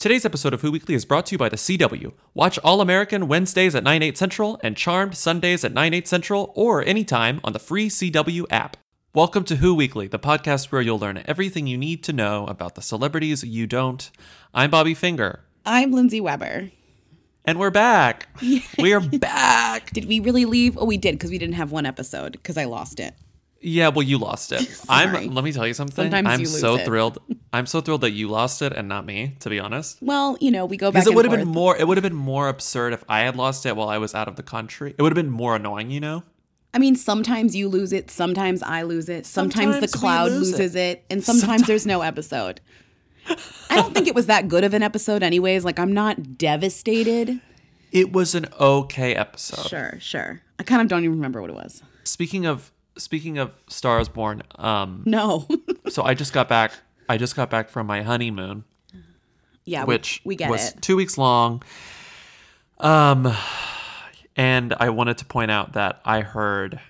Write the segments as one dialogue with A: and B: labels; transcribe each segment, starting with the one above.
A: Today's episode of Who Weekly is brought to you by The CW. Watch All American Wednesdays at 9, 8 Central and Charmed Sundays at 9, 8 Central or anytime on the free CW app. Welcome to Who Weekly, the podcast where you'll learn everything you need to know about the celebrities you don't. I'm Bobby Finger,
B: I'm Lindsay Weber.
A: and we're back. we are back.
B: Did we really leave? Oh, we did because we didn't have one episode because I lost it.
A: Yeah, well, you lost it.
B: Sorry.
A: I'm. Let me tell you something.
B: Sometimes
A: I'm
B: you lose
A: so
B: it.
A: thrilled. I'm so thrilled that you lost it and not me. To be honest.
B: Well, you know, we go back.
A: Because it
B: and
A: would have been
B: forth.
A: more, it would have been more absurd if I had lost it while I was out of the country. It would have been more annoying, you know.
B: I mean, sometimes you lose it, sometimes I lose it, sometimes,
A: Sometimes
B: the
A: we
B: cloud
A: lose
B: loses
A: it.
B: it. and sometimes, there's no episode. I don't think it was that good of an episode, anyways. Like, I'm not devastated.
A: It was an okay episode.
B: Sure, sure. I kind of don't even remember what it was.
A: Speaking of speaking of Stars Born, um,
B: No.
A: so I just got back. I just got back from my honeymoon,
B: yeah, Uh, we-
A: which
B: we, get
A: was
B: it.
A: two weeks long. Um, and I wanted to point out that I heard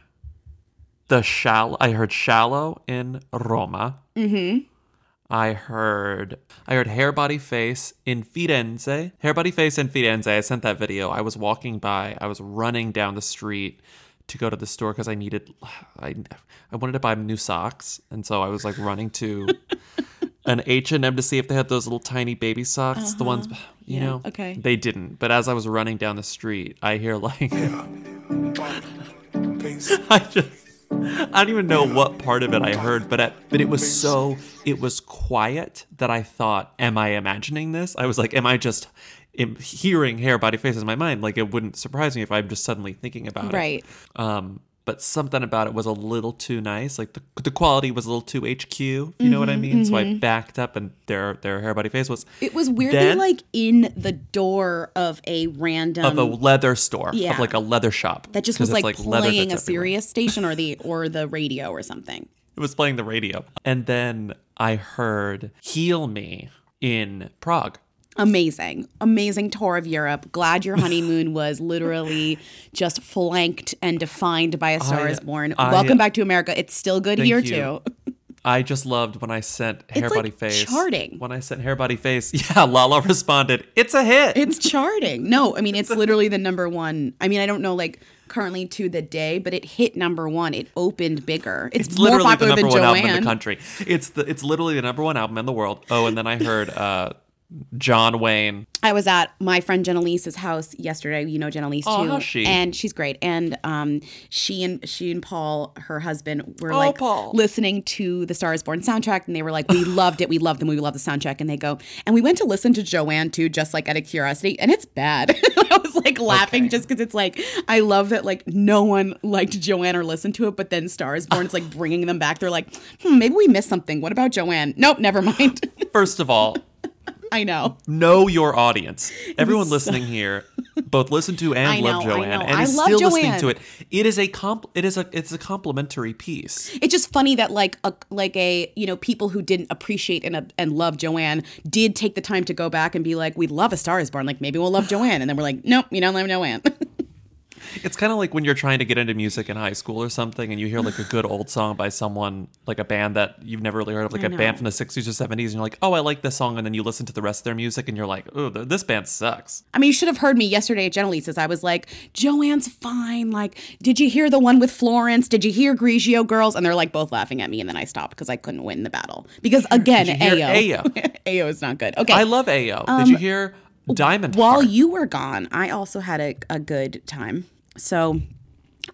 A: the shallow. I heard shallow in Roma. Mm-hmm. I heard I heard hair body face in Firenze. Hair body face in Firenze. I sent that video. I was walking by. I was running down the street to go to the store because I needed. I I wanted to buy new socks, and so I was like running to. An H and M to see if they had those little tiny baby socks, the ones you
B: Uh-huh. Yeah,
A: know.
B: okay.
A: They didn't, but as I was running down the street, I hear like
C: Peace.
A: I just I don't even know what part of it I heard, but at, but it was so it was quiet that I thought, am I imagining this? I was like, am I just am hearing hair, body, face in my mind? Like it wouldn't surprise me if I'm just suddenly thinking about it.
B: Right.
A: Um, but something about it was a little too nice. Like the, the quality was a little too HQ. You know what I mean? So I backed up, and their their hair, body, face was
B: Mm-hmm, It was weirdly
A: Then-
B: like in the door of a random
A: of a leather store, of
B: yeah.
A: like a leather shop
B: that just
A: 'Cause
B: was
A: it's,
B: like,
A: leather
B: playing a
A: that's everywhere.
B: serious station or the or the radio or something.
A: It was playing the radio. And then I heard Heal Me in Prague.
B: Amazing, amazing tour of Europe. Glad your honeymoon was literally just flanked and defined by a star
A: I-
B: is born.
A: I-
B: Welcome back to America. It's still good here
A: you.
B: too.
A: I just loved when I sent Hair
B: It's, like,
A: Body Face.
B: charting.
A: When I sent Hair Body Face, yeah, Lala responded, It's a hit.
B: It's charting. No, I mean it's literally the number one. I mean I don't know like currently to the day, but it hit number one. It opened bigger. It's,
A: it's
B: more
A: literally the
B: popular
A: number
B: than
A: one
B: Joanne.
A: album in the country. It's the it's literally the number one album in the world. Oh, and then I heard uh John Wayne.
B: I was at my friend Jennalise's house yesterday. You know Jennalise
A: Oh,
B: too.
A: how's she?
B: And she's great. And um, she and she and Paul, her husband, were
A: Oh,
B: like
A: Paul.
B: listening to the Star Is Born soundtrack, and they were like, "We loved it. We loved the movie. We loved the soundtrack." And they go, and we went to listen to Joanne too, just like out of curiosity, and it's bad. I was like laughing just because it's like I love that like no one liked Joanne or listened to it, but then Star Is Born, it's like bringing them back. They're like, hmm, maybe we missed something. What about Joanne? Nope, never mind.
A: First of all,
B: I know.
A: know your audience. Everyone listening here, both listen to and
B: I
A: love
B: know, I
A: Joanne,
B: know.
A: and
B: I
A: is
B: love
A: still listening
B: Joanne.
A: to it. It is a comp. It is a it's a complimentary piece.
B: it's just funny that like a like a you know people who didn't appreciate and uh, and love Joanne did take the time to go back and be like we love a Star Is Born like maybe we'll love Joanne and then we're like nope you don't love Joanne
A: It's kind of like when you're trying to get into music in high school or something, and you hear like a good old song by someone, like a band that you've never really heard of, like a band from the 60s or 70s, and you're like, oh, I like this song. And then you listen to the rest of their music, and you're like, oh, th- this band sucks.
B: I mean you should have heard me yesterday at Genelisa's I was like Joanne's fine like did you hear the one with Florence did you hear Grigio girls and they're like both laughing at me and then I stopped because I couldn't win the battle because again
A: Did you hear
B: Ayo
A: Ayo?
B: Ayo is not good okay
A: I love AO. Did you hear Diamond?
B: Um, While
A: Heart?
B: you were gone, I also had a, a good time. So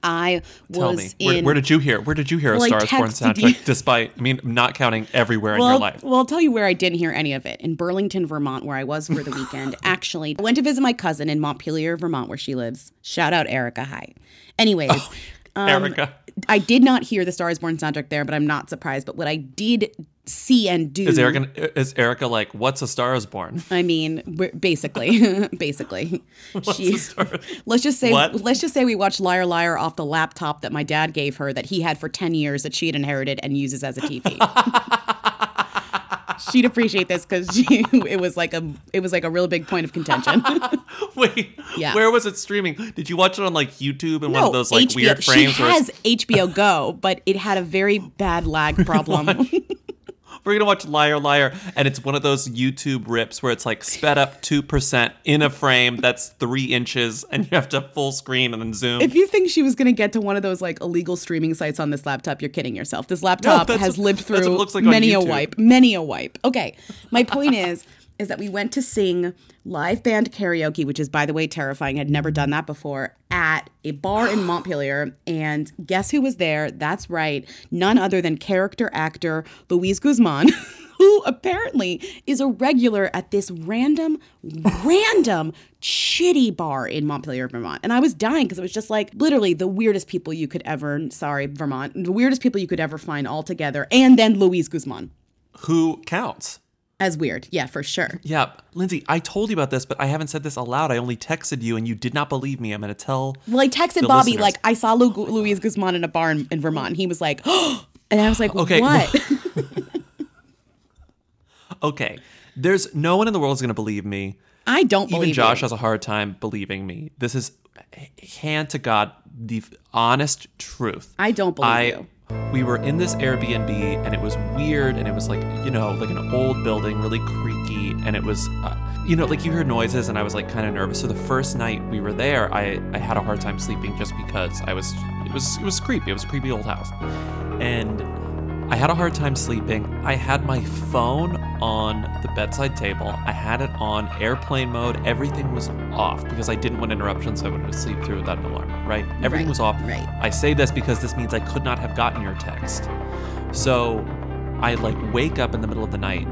B: I was
A: Tell me,
B: in.
A: where, where did you hear? Where did you hear
B: Well,
A: a
B: I
A: Star Is Born
B: texted
A: soundtrack?
B: you.
A: Despite, I mean, not counting everywhere in your life.
B: Well, I'll tell you where I didn't hear any of it. In Burlington, Vermont, where I was for the weekend. Actually, I went to visit my cousin in Montpelier, Vermont, where she lives. Shout out Erica. Hi. Anyways.
A: Oh.
B: um,
A: Erica.
B: I did not hear the Star is Born soundtrack there, but I'm not surprised. But what I did see and do
A: Is Erica, is Erica like, what's a Star Is Born?
B: I mean, b- basically, basically, she. Let's just say,
A: What?
B: let's just say we watched Liar Liar off the laptop that my dad gave her that he had for ten years that she had inherited and uses as a TV. She'd appreciate this because she it was like a it was like a real big point of contention.
A: Wait,
B: Yeah.
A: where was it streaming? Did you watch it on like YouTube and one
B: no,
A: of those like
B: HBO,
A: weird
B: she
A: frames where it's
B: has HBO Go, but it had a very bad lag problem.
A: We're gonna watch Liar Liar, and it's one of those YouTube rips where it's like sped up two percent in a frame that's three inches, and you have to full screen and then zoom.
B: If you think she was going to get to one of those like illegal streaming sites on this laptop, you're kidding yourself. This laptop
A: that's
B: has
A: what-
B: lived
A: that's what it
B: through
A: looks like on
B: many a
A: YouTube.
B: wipe, many a wipe. Okay, my point is is that we went to sing live band karaoke, which is by the way terrifying. I'd never done that before at a bar in Montpelier, and guess who was there? That's right, none other than character actor Luis Guzman. Who apparently is a regular at this random, random shitty bar in Montpelier, Vermont. And I was dying because it was just like literally the weirdest people you could ever, sorry, Vermont, the weirdest people you could ever find all together. And then Louise Guzman
A: Who counts?
B: as weird. Yeah, for sure.
A: Yeah, Lindsay, I told you about this, but I haven't said this aloud. I only texted you, and you did not believe me. I'm gonna tell.
B: Well, I texted Bobby,
A: listeners.
B: like, I saw Lu- Louise Guzman in a bar in, in Vermont. And he was like, oh, and I was like,
A: Okay,
B: what?
A: Okay, there's no one in the world is gonna believe me.
B: I don't believe
A: Even
B: you.
A: Josh has a hard time believing me. This is h- hand to God the f- honest truth.
B: I don't believe you.
A: We were in this Airbnb and it was weird and it was like, you know, like an old building, really creaky. And it was, uh, you know, like you hear noises and I was like kind of nervous. So the first night we were there, I, I had a hard time sleeping just because I was, it was, it was creepy. It was a creepy old house. And I had a hard time sleeping. I had my phone on the bedside table. I had it on airplane mode. Everything was off because I didn't want interruptions. So I wanted to sleep through without an alarm, right? Everything
B: Right,
A: was off.
B: right.
A: I say this because this means I could not have gotten your text. So I like wake up in the middle of the night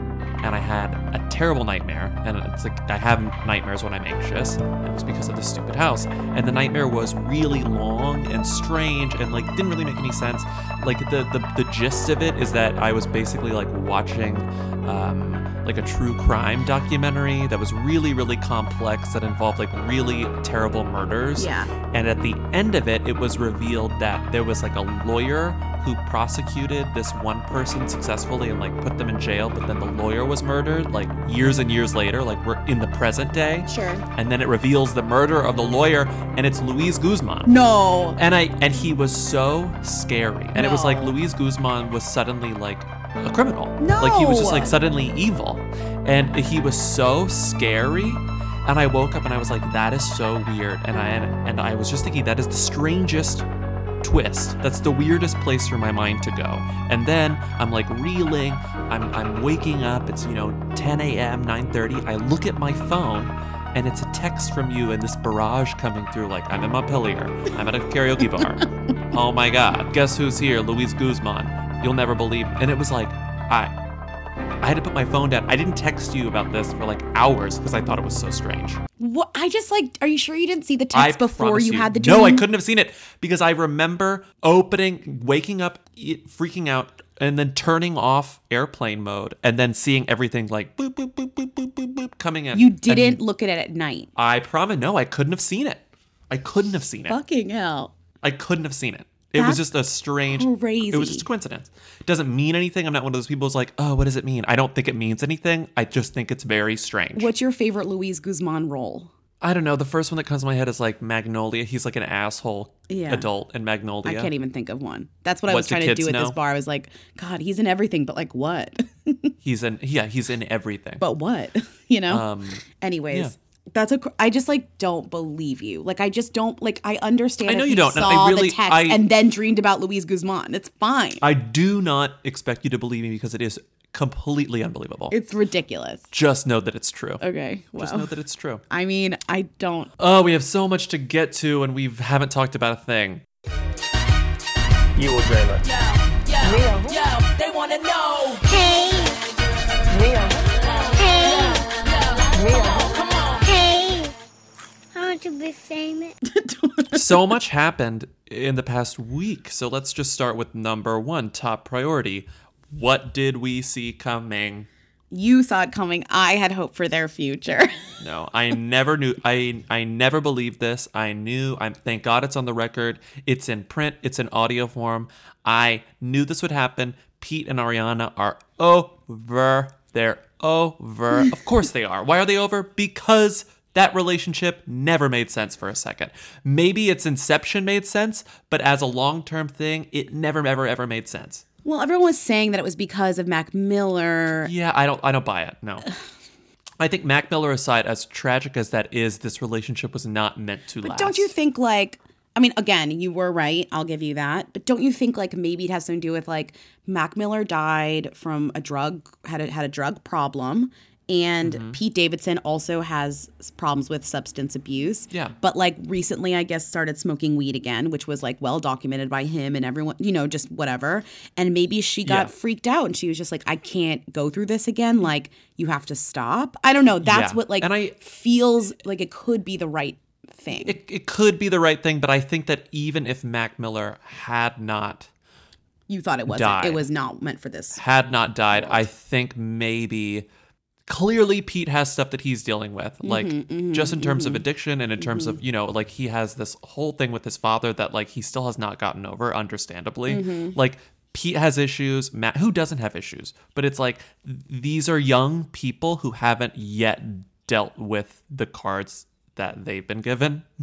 A: and I had a terrible nightmare. And it's like I have nightmares when I'm anxious. And it was because of this stupid house. And the nightmare was really long and strange and like didn't really make any sense. Like the the, the gist of it is that I was basically like watching um like a true crime documentary that was really, really complex that involved like really terrible murders.
B: Yeah.
A: And at the end of it, it was revealed that there was like a lawyer who prosecuted this one person successfully and like put them in jail, but then the lawyer was murdered like years and years later, like we're in the present day.
B: Sure.
A: And then it reveals the murder of the lawyer and it's Luis Guzman.
B: No.
A: And I and he was so scary. And it was like
B: No.
A: Luis Guzman was suddenly like a criminal. Like he was just like
B: No.
A: suddenly evil. And he was so scary. And I woke up and I was like, that is so weird. And I and I was just thinking that is the strangest twist. That's the weirdest place for my mind to go. And then I'm like reeling. I'm I'm waking up. It's you know 10 a.m. 9:30. I look at my phone, and it's a text from you and this barrage coming through. Like I'm in Montpelier. I'm at a karaoke bar. oh my God! Guess who's here? Luis Guzman. You'll never believe. And it was like I. I had to put my phone down. I didn't text you about this for like hours because I thought it was so strange.
B: What? I just like, are you sure you didn't see the
A: I
B: text before
A: promise
B: you, had the dream?
A: No, I couldn't have seen it because I remember opening, waking up, e- freaking out, and then turning off airplane mode, and then seeing everything like boop boop boop boop boop boop boop coming in.
B: You
A: And
B: didn't look at it at night.
A: I promise. No, I couldn't have seen it. I couldn't have seen it.
B: Fucking hell.
A: I couldn't have seen it. It was
B: That's
A: just a strange. It
B: crazy.
A: was just a coincidence. It doesn't mean anything. I'm not one of those people who's like, oh, what does it mean? I don't think it means anything. I just think it's very strange.
B: What's your favorite Louise Guzman role?
A: I don't know. The first one that comes to my head is like Magnolia. He's like an asshole
B: Yeah.
A: adult in Magnolia.
B: I can't even think of one. That's what I
A: What
B: was
A: do
B: trying to do
A: kids
B: at this
A: know?
B: bar. I was like, God, he's in everything, but like what?
A: He's in yeah, he's in everything.
B: but what? you know?
A: um
B: Anyways,
A: yeah.
B: that's a. cr- I just like don't believe you. Like I just don't like. I understand.
A: I know
B: if
A: you don't, and
B: Saw
A: I really-
B: the text
A: I-
B: and then dreamed about Luis Guzman. It's fine.
A: I do not expect you to believe me because it is completely unbelievable.
B: it's ridiculous.
A: Just know that it's true.
B: Okay.
A: Just know
B: Wow.
A: that it's true.
B: I mean, I don't.
A: Oh, we have so much to get to and we haven't talked about a thing.
C: You will dream it.
D: They wanna know.
E: Hey.
C: Real.
E: Hey.
C: Real.
E: Hey. I want to be famous.
A: so much happened in the past week. So let's just start with number 1, top priority. What did we see coming?
B: You saw it coming. I had hope for their future.
A: No, I never knew. I I never believed this. I knew. I'm. Thank God it's on the record. It's in print. It's in audio form. I knew this would happen. Pete and Ariana are over. They're over. Of course they are. Why are they over? Because that relationship never made sense for a second. Maybe its inception made sense, but as a long term thing, it never, ever, ever made sense.
B: Well, everyone was saying that it was because of Mac Miller.
A: Yeah, I don't I don't buy it. No. I think Mac Miller aside, as tragic as that is, this relationship was not meant to last.
B: Don't you think like I mean, again, you were right. I'll give you that. But don't you think like maybe it has something to do with like Mac Miller died from a drug had a, had a drug problem, and
A: Mm-hmm.
B: Pete Davidson also has s- problems with substance abuse.
A: Yeah.
B: But like recently, I guess started smoking weed again, which was like well documented by him and everyone. You know, just whatever. And maybe she got
A: Yeah.
B: freaked out and she was just like, I can't go through this again. Like you have to stop. I don't know. That's
A: Yeah.
B: what like
A: And I-
B: feels like it could be the right thing.
A: it, it could be the right thing, but I think that even if Mac Miller had not
B: you thought it wasn't.
A: die.
B: It was not meant for this.
A: had not died, I think maybe clearly Pete has stuff that he's dealing with, like just in terms of addiction and in terms of, you know, like he has this whole thing with his father that like he still has not gotten over, understandably. Like Pete has issues, Matt who doesn't have issues, but it's like th- these are young people who haven't yet dealt with the cards that they've been given.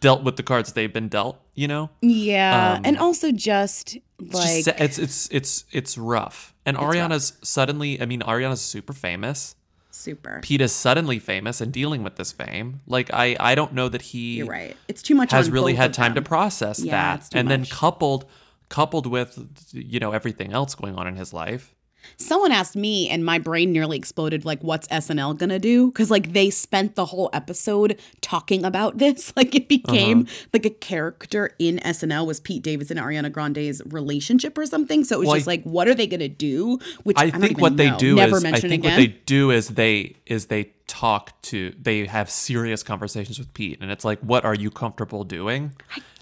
A: dealt with the cards they've been dealt, you know?
B: Yeah,
A: Um,
B: and also just
A: It's just
B: like
A: sa- it's it's it's it's rough. And Ariana's suddenly, I mean, Ariana's super famous.
B: super.
A: Pete is suddenly famous and dealing with this fame. Like I I don't know that he
B: You're right. It's too much.
A: has
B: on
A: really
B: both
A: had
B: of
A: time
B: them.
A: to process
B: Yeah, it's
A: that.
B: too
A: And then
B: much.
A: coupled coupled with you know everything else going on in his life.
B: Someone asked me, and my brain nearly exploded. Like, what's SNL gonna do? Because like they spent the whole episode talking about this. Like it became
A: Uh-huh.
B: like a character in SNL was Pete Davidson and Ariana Grande's relationship or something. So it was
A: Well, I-
B: just like, what are they gonna do? Which
A: I
B: don't
A: think
B: even
A: what they
B: know.
A: do
B: never
A: is I
B: mention
A: think
B: again.
A: what they do is they is they talk to they have serious conversations with Pete and it's like what are you comfortable doing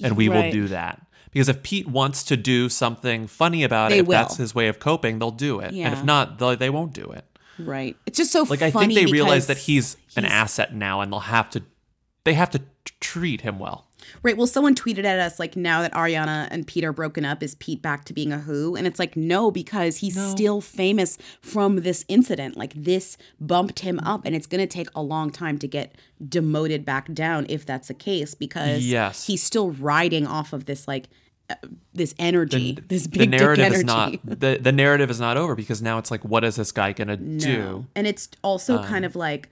A: and we will
B: right.
A: do that. Because if Pete wants to do something funny about
B: They
A: it, if that's
B: will.
A: his way of coping, they'll do it. And
B: Yeah.
A: if not, they they won't do it.
B: right. It's just so
A: Like
B: funny
A: I think they realize that
B: because
A: he's, an asset now and they'll have to they have to t- treat him well.
B: Right. Well, someone tweeted at us like, now that Ariana and Pete are broken up, is Pete back to being a who? And it's like, no, because he's still famous from this incident. Like, this bumped him up, and it's going to take a long time to get demoted back down if that's the case, because
A: Yes.
B: he's still riding off of this, like, uh, this energy, this big
A: the
B: dick
A: narrative
B: energy.
A: is not the, the narrative is not over because now it's like what is this guy going to do?
B: And it's also kind of like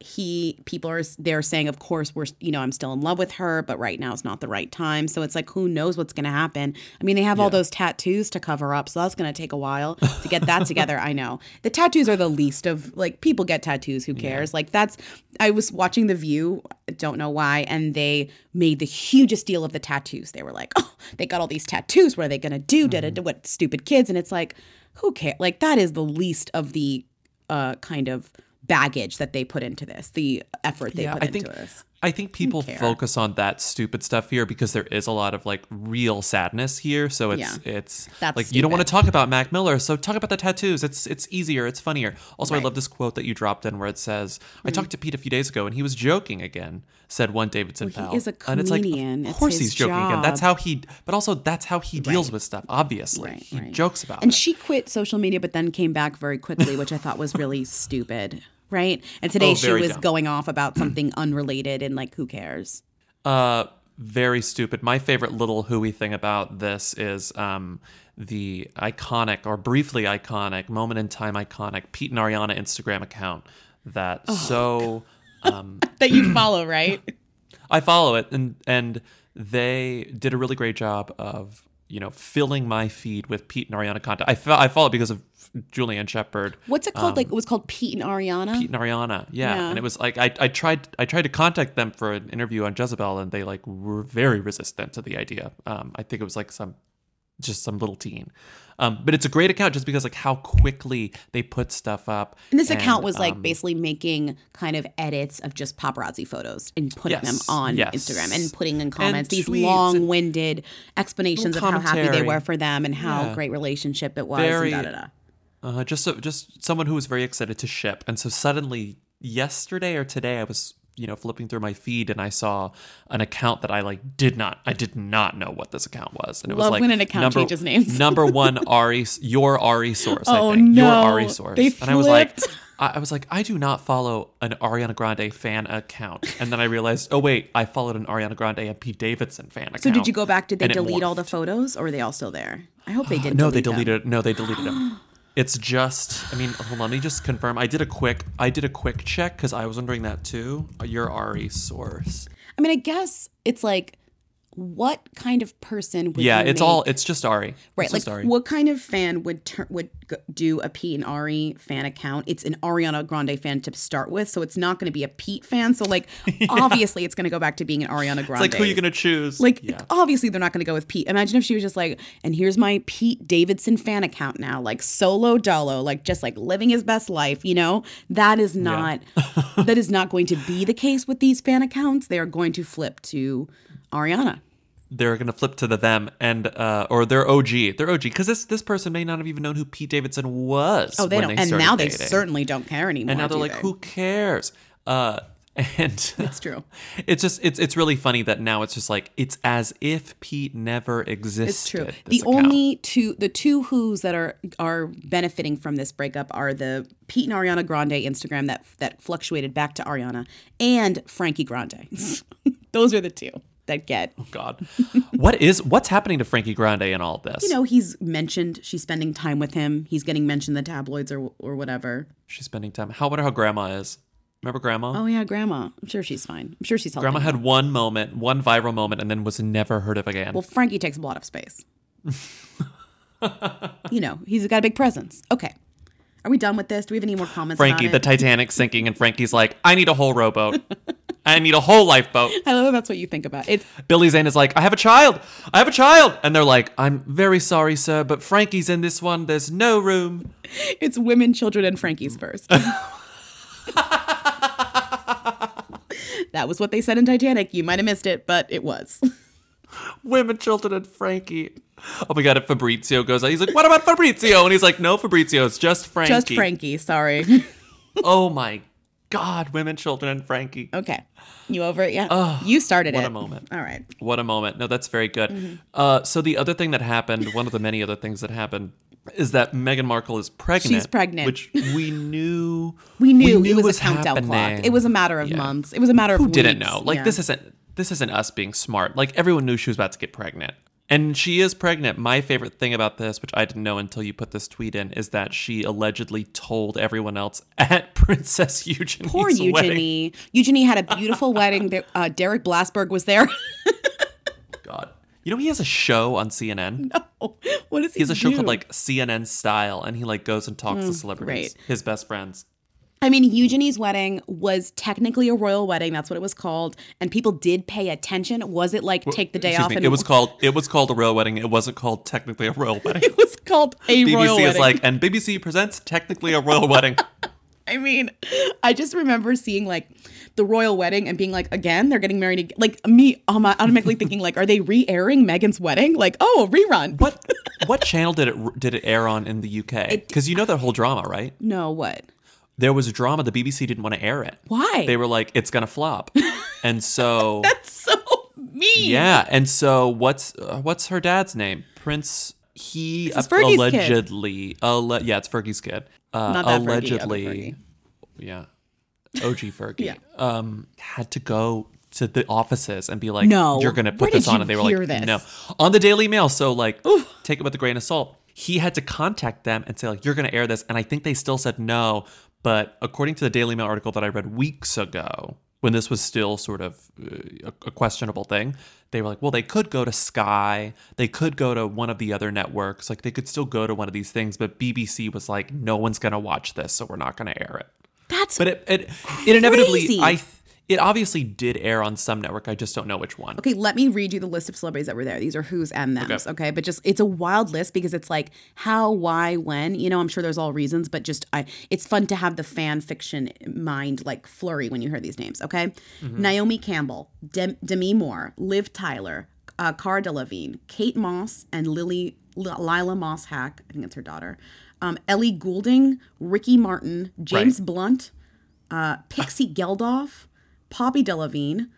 B: he people are they're saying of course we're you know I'm still in love with her but right now it's not the right time so it's like who knows what's going to happen I mean they have all those tattoos to cover up so that's going to take a while to get that together I know the tattoos are the least of like people get tattoos who cares like that's I was watching the view don't know why and they made the hugest deal of the tattoos they were like oh they got all these tattoos what are they going to do da da da what stupid kids and it's like who cares like that is the least of the uh, kind of baggage that they put into this, the effort they put
A: I
B: into
A: think
B: this.
A: I think people focus on that stupid stuff here because there is a lot of like real sadness here. So it's it's
B: That's
A: like you don't want
B: stupid.
A: to talk about Mac Miller, so talk about the tattoos. It's it's easier, it's funnier. Also, I love this quote that you dropped in where it says, "I
B: Mm-hmm.
A: talked to Pete a few days ago and he was joking again," said one Davidson
B: he
A: pal.
B: is a
A: And it's like,
B: comedian.
A: of
B: It's
A: course
B: his
A: he's joking again. That's how
B: job.
A: he, but also that's how he deals with stuff. Obviously,
B: Right,
A: he
B: right.
A: jokes about
B: And
A: it.
B: she quit social media, but then came back very quickly, which I thought was really stupid. Right. And today
A: Oh,
B: she
A: very
B: was
A: dumb.
B: going off about something unrelated and like, who cares?
A: Uh, very stupid. My favorite little hooey thing about this is um, the iconic or briefly iconic, moment in time iconic Pete and Ariana Instagram account that so
B: That you follow, right?
A: I follow it and and they did a really great job of you know filling my feed with Pete and Ariana content. I, fo- I follow it because of Julianne Shepard.
B: What's it called? like, it was called Pete and Ariana.
A: Um, Pete and Ariana. Yeah.
B: Yeah.
A: And it was like I, I tried I tried to contact them for an interview on Jezebel and they like were very resistant to the idea. Um I think it was like some just some little teen. Um but it's a great account just because like how quickly they put stuff up.
B: and this account was like
A: um,
B: basically making kind of edits of just paparazzi photos and putting them
A: Yes,
B: on
A: yes.
B: Instagram and putting in
A: And
B: comments these
A: tweets and-
B: long winded explanations of how happy they
A: commentary.
B: were for them and how
A: Yeah.
B: great relationship it was.
A: Very-
B: and da, da, da.
A: Uh, just so, just someone who was very excited to ship, and so suddenly yesterday or today, I was you know flipping through my feed and I saw an account that I like did not I did not know what this account was, and it was
B: Love
A: like
B: when an account
A: number,
B: changes names.
A: number one Ari, your Ari source.
B: Oh,
A: I think. your
B: no.
A: Ari source.
B: They
A: and I was like,
B: flipped.
A: I, I was like, I do not follow an Ariana Grande fan account, and then I realized, oh wait, I followed an Ariana Grande and Pete Davidson fan account.
B: So did you go back? Did they
A: and it
B: delete all the
A: morphed.
B: photos, or are they all still there? I hope they didn't.
A: no, they
B: delete them.
A: deleted. No, they deleted them. It's just. I mean, hold on. Let me just confirm. I did a quick. I did a quick check because I was wondering that too. Your RE source.
B: I mean, I guess it's like, what kind of person would
A: yeah,
B: you
A: it's all.
B: make-
A: It's just Ari.
B: right?
A: It's
B: like,
A: just Ari.
B: what kind of fan would tur would g- do a Pete and Ari fan account? It's an Ariana Grande fan to start with, so it's not going to be a Pete fan. So like, obviously, it's going to go back to being an Ariana Grande.
A: It's like who you gonna choose?
B: Like
A: yeah.
B: obviously they're not going to go with Pete. Imagine if she was just like, and here's my Pete Davidson fan account now, like solo dolo, like just like living his best life, you know? That is not that is not going to be the case with these fan accounts. They are going to flip to Ariana.
A: they're gonna flip to the them and uh or their OG. Their OG because this this person may not have even known who Pete Davidson was.
B: Oh, they
A: when
B: don't.
A: They
B: and
A: started
B: now they
A: dating.
B: certainly don't care anymore.
A: And now they're
B: do
A: like,
B: they?
A: who cares? Uh, and
B: It's true.
A: It's just it's it's really funny that now it's just like it's as if Pete never existed.
B: It's true.
A: this
B: The
A: account.
B: only two, the two who's that are are benefiting from this breakup are the Pete and Ariana Grande Instagram that that fluctuated back to Ariana and Frankie Grande. Those are the two that get.
A: God, what is what's happening to Frankie Grande in all of this?
B: You know, he's mentioned she's spending time with him. He's getting mentioned in the tabloids or or whatever.
A: she's spending time. How I wonder how Grandma is. Remember Grandma?
B: Oh yeah, Grandma. I'm sure she's fine. I'm sure she's healthy.
A: Grandma had one moment, one viral moment, and then was never heard of again.
B: Well, Frankie takes up a lot of space. you know, he's got a big presence. Okay. Are we done with this? Do we have any more comments? about
A: Frankie,
B: it?
A: the Titanic sinking, and Frankie's like, I need a whole rowboat. I need a whole lifeboat.
B: I love that that's what you think about. It's
A: Billy Zane is like, I have a child. I have a child. And they're like, I'm very sorry, sir, but Frankie's in this one. There's no room.
B: it's women, children, and
A: Mm.
B: Frankie's first. that was what they said in Titanic. You might have missed it, but it was.
A: Women, children, and Frankie. Oh my God, if Fabrizio goes out, he's like, What about Fabrizio? And he's like, No, Fabrizio, it's just Frankie.
B: Just Frankie, sorry.
A: Oh my God, women, children, and Frankie.
B: okay. You over it yet? you started
A: what
B: it.
A: a moment.
B: All right.
A: What a moment. No, that's very good.
B: Mm-hmm.
A: Uh, so, the other thing that happened, one of the many other things that happened, is that Meghan Markle is pregnant.
B: She's pregnant.
A: Which we knew.
B: We knew, it was, a countdown
A: happening.
B: clock. It was a matter of
A: Yeah.
B: months. It was a matter of
A: Who didn't
B: weeks.
A: know? Like,
B: Yeah.
A: this isn't. This isn't us being smart. Like everyone knew she was about to get pregnant. And she is pregnant. My favorite thing about this, which I didn't know until you put this tweet in, is that she allegedly told everyone else at Princess Eugenie's
B: poor
A: wedding.
B: Eugenie. Eugenie had a beautiful wedding. There- Uh, Derek Blasberg was there.
A: God. You know he has a show on CNN?
B: what is he?
A: He has a show
B: do?
A: called like CNN Style, and he like goes and talks
B: Mm,
A: to celebrities, his best friends.
B: I mean, Eugenie's wedding was technically a royal wedding. That's what it was called. And people did pay attention. Was it like take the day
A: Excuse
B: off?
A: me,
B: and
A: it was called it was called a royal wedding. It wasn't called technically a royal wedding.
B: It was called a
A: BBC
B: royal
A: is
B: wedding.
A: like, and BBC presents technically a royal wedding.
B: I mean, I just remember seeing like the royal wedding and being like, again, they're getting married. ag- Like me, um, automatically thinking like, are they re-airing Megan's wedding? Like, oh, a rerun.
A: What what channel did it did it air on in the UK? Because you know that whole drama, right?
B: No, what?
A: There was a drama. The BBC didn't want to air it.
B: Why?
A: They were like, it's gonna flop, and so
B: so mean.
A: yeah, and so what's uh, what's her dad's name? Prince. He
B: is Fergie's kid.
A: allegedly, alle- yeah, it's Fergie's kid. Uh,
B: Not that Fergie, other
A: allegedly,
B: Fergie.
A: yeah, OG Fergie,
B: Yeah.
A: um, had to go to the offices and be like,
B: No.
A: you're gonna
B: Where
A: put this
B: did
A: on,"
B: you
A: and they were like,
B: hear this?
A: "No," on the Daily Mail. So like, take it with a grain of salt. He had to contact them and say like, "You're gonna air this," and I think they still said no. But according to the Daily Mail article that I read weeks ago, when this was still sort of uh, a, a questionable thing, they were like, "Well, they could go to Sky, they could go to one of the other networks, like they could still go to one of these things." But BBC was like, "No one's gonna watch this, so we're not gonna air it."
B: That's
A: But it, it, it inevitably,
B: Crazy.
A: I th- it obviously did air on some network. I just don't know which one.
B: Okay, let me read you the list of celebrities that were there. These are who's and thems. Okay.
A: Okay.
B: but just it's a wild list because it's like how, why, when. You know, I'm sure there's all reasons, but just I, it's fun to have the fan fiction mind like flurry when you hear these names. Okay,
A: Mm-hmm.
B: Naomi Campbell, Dem- Demi Moore, Liv Tyler, uh, Cara Delevingne, Kate Moss, and Lily L- Lila Moss Hack. I think it's her daughter. Um, Ellie Goulding, Ricky Martin, James Blunt, uh, Pixie Geldof, Poppy Delevingne.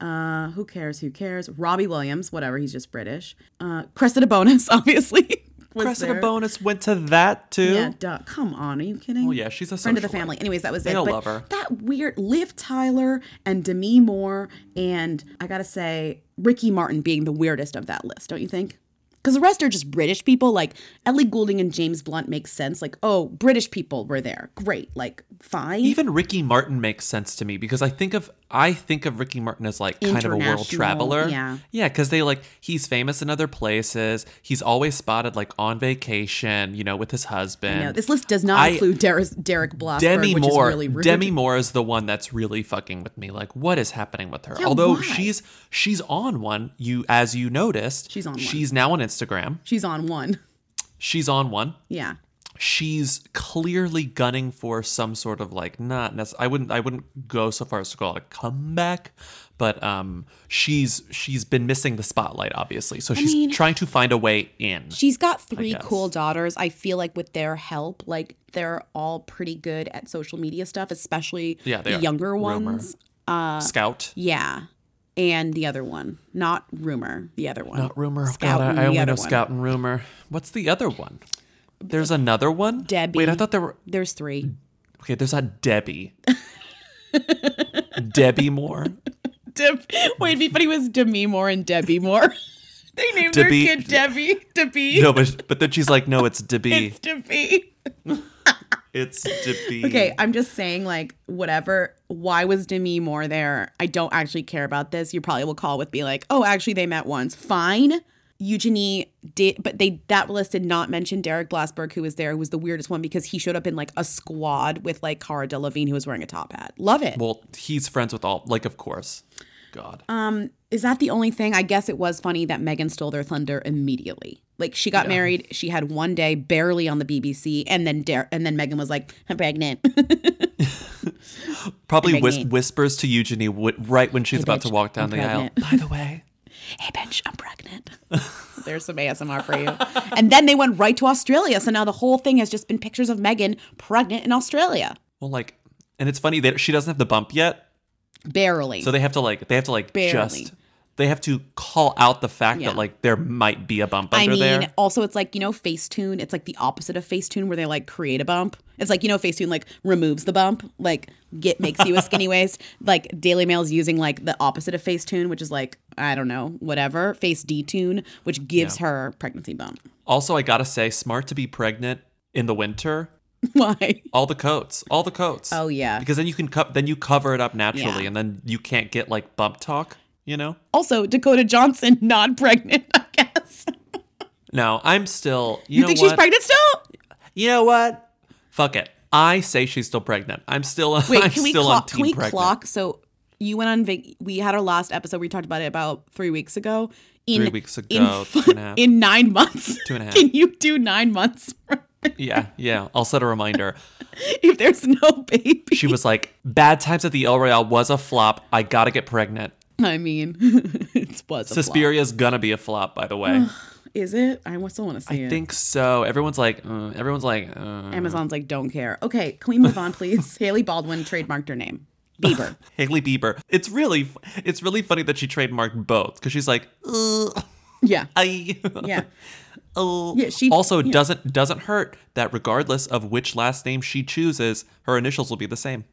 B: Uh, who cares? Who cares? Robbie Williams, whatever. He's just British. Uh, Cressida Bonus, obviously. was
A: Cressida
B: there.
A: Bonus went to that too.
B: Yeah, duh. Come on, are you kidding? Oh
A: yeah, she's a
B: friend of the
A: socialite.
B: family. Anyways, that was it.
A: all
B: But
A: love her.
B: That weird Liv Tyler and Demi Moore and I gotta say Ricky Martin being the weirdest of that list, don't you think? Because the rest are just British people. Like Ellie Goulding and James Blunt makes sense. Like, oh, British people were there. Great. Like, fine.
A: Even Ricky Martin makes sense to me because I think of I think of Ricky Martin as like kind of a world
B: International,
A: traveler.
B: yeah.
A: Yeah, because they like he's famous in other places. He's always spotted like on vacation, you know, with his husband.
B: no, this list does not
A: I-
B: include Derek, Derek Blossberg,
A: Demi
B: which
A: Moore.
B: is really rude.
A: Demi Moore is the one that's really fucking with me. Like, what is happening with her?
B: Yeah,
A: Although
B: why?
A: she's she's on one. You as you noticed,
B: She's on one.
A: She's now on Instagram.
B: She's on one.
A: She's on one.
B: Yeah.
A: She's clearly gunning for some sort of like not necess- I wouldn't I wouldn't go so far as to call it a comeback, but um she's she's been missing the spotlight obviously. So she's
B: mean-
A: trying to find a way in.
B: She's got three
A: guess.
B: cool daughters. I feel like with their help, like they're all pretty good at social media stuff, especially
A: Yeah, they
B: the
A: are.
B: younger
A: Rumor.
B: ones.
A: Scout.
B: Yeah. And the other one, not rumor, the other one.
A: Not rumor. Oh,
B: Scout
A: God,
B: and
A: I, I
B: the
A: only
B: other
A: know
B: one.
A: Scout and rumor. What's the other one? There's another one.
B: Debbie.
A: Wait, I thought there were.
B: There's three.
A: Okay, there's not Debbie. Debbie Moore.
B: Deb- Wait, it'd be funny was Demi Moore and Debbie Moore. they named
A: Debbie-
B: their kid Debbie. Debbie.
A: No, but but then she's like, no, it's Debbie.
B: It's Debbie.
A: It's Debbie.
B: Okay, I'm just saying, like, whatever. Why was Demi Moore there? I don't actually care about this. You probably will call with me, like, oh, actually, they met once. Fine. Eugenie did, but they that list did not mention Derek Glassberg, who was there, who was the weirdest one because he showed up in like a squad with like Cara Delevingne, who was wearing a top hat. Love it. Is
A: Well, he's friends with all. Like, of course. God.
B: that the only thing? I guess it was funny that Megan stole their thunder immediately. Like she got married, she had one day barely on the BBC, and then Der- and then Megan was like, "I'm pregnant."
A: Probably whis-
B: pregnant.
A: whispers to Eugenie w- right when she's about to
B: bitch,
A: walk down
B: I'm
A: the
B: pregnant.
A: aisle. By the way,
B: hey bitch i'm pregnant there's some asmr for you and then they went right to australia so now the whole thing has just been pictures of megan pregnant in australia
A: well, like, and it's funny that she doesn't have the bump yet,
B: barely
A: so they have to like they have to like
B: Barely.
A: just they have to call out the fact
B: Yeah.
A: that like there might be a bump
B: I
A: under
B: mean,
A: there.
B: also it's like you know Facetune. It's like the opposite of Facetune, where they like create a bump. It's like you know Facetune like removes the bump, like get makes you a skinny waist. Like Daily Mail's using like the opposite of Facetune, which is like I don't know, whatever Face Detune, which gives her pregnancy bump.
A: Also, I gotta say, smart to be pregnant in the winter.
B: Why?
A: All the coats, all the coats.
B: Oh, yeah.
A: because then you can co- then you cover it up naturally,
B: Yeah.
A: and then you can't get like bump talk. You know.
B: Also, Dakota Johnson not pregnant. I guess.
A: No, I'm still. You,
B: You,
A: know
B: think
A: what?
B: she's pregnant still?
A: You know what? Fuck it. I say she's still pregnant. I'm still.
B: Wait,
A: I'm
B: can we
A: still on
B: clock?
A: team
B: Can we
A: pregnant.
B: clock? So you went on. Vac- we had our last episode. We talked about it about three weeks ago. In,
A: Three weeks
B: in,
A: ago,
B: fu-
A: two and a half.
B: in nine months.
A: Two and a half.
B: Can you do nine months
A: Yeah, yeah. I'll set a reminder.
B: if there's no baby?
A: She was like, "Bad Times at the El Royale was a flop. I gotta get pregnant."
B: I mean, it was a flop.
A: Suspiria's gonna be a flop, by the way.
B: Is it? I wa- still want to see
A: I
B: it.
A: think so. Everyone's like, uh, everyone's like, uh,
B: Amazon's like, don't care. Okay, can we move on, please? Haley Baldwin trademarked her name, Bieber.
A: Haley Bieber. It's really, it's really funny that she trademarked both because she's like, "Ugh,
B: Yeah,
A: I,
B: yeah.
A: ugh."
B: Yeah, she-
A: also
B: yeah.
A: doesn't doesn't hurt that regardless of which last name she chooses, her initials will be the same.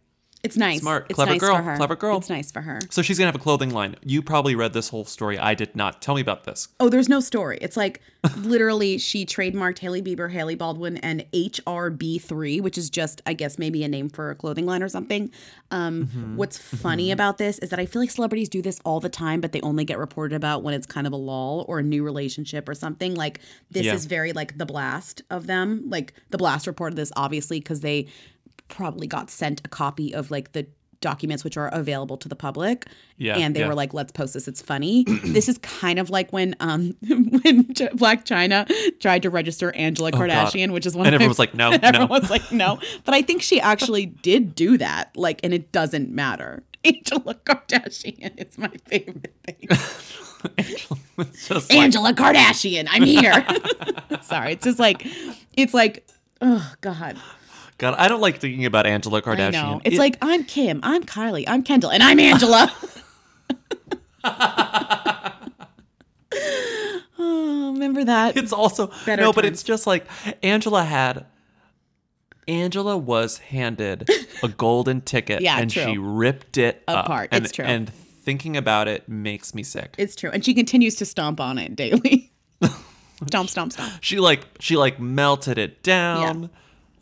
B: It's nice.
A: Smart.
B: It's
A: Clever
B: nice
A: girl.
B: For her.
A: Clever girl.
B: It's nice for her.
A: So she's gonna have a clothing line. You probably read this whole story. I did not. Tell me about this.
B: Oh, there's no story. It's like literally she trademarked Haley Bieber, Haley Baldwin, and HRB3, which is just, I guess, maybe a name for a clothing line or something. Um,
A: Mm-hmm.
B: What's funny about this is that I feel like celebrities do this all the time, but they only get reported about when it's kind of a lull or a new relationship or something. Like this
A: Yeah.
B: is very like the blast of them. Like the blast reported this obviously because they probably got sent a copy of like the documents which are available to the public
A: Yeah,
B: and they
A: yeah.
B: were like let's post this it's funny this is kind of like when um when Ch- black china tried to register angela
A: Oh, God.
B: kardashian which is one
A: And
B: of my-
A: everyone was like, no,
B: And
A: no.
B: everyone's like no but i think she actually did do that like and it doesn't matter angela kardashian it's my favorite thing
A: It's just like-
B: Angela Kardashian, I'm here. Sorry, it's just like, it's like, oh God,
A: God, I don't like thinking about Angela Kardashian.
B: I know. It's
A: It-
B: like I'm Kim, I'm Kylie, I'm Kendall, and I'm Angela. oh, remember that?
A: it's also
B: Better
A: no, but
B: times.
A: it's just like Angela had. Angela was handed a golden ticket,
B: Yeah,
A: and
B: true.
A: she ripped it up.
B: Apart.
A: And,
B: It's true.
A: And thinking about it makes me sick.
B: It's true, and she continues to stomp on it daily. Stomp, stomp, stomp.
A: She like she like melted it down.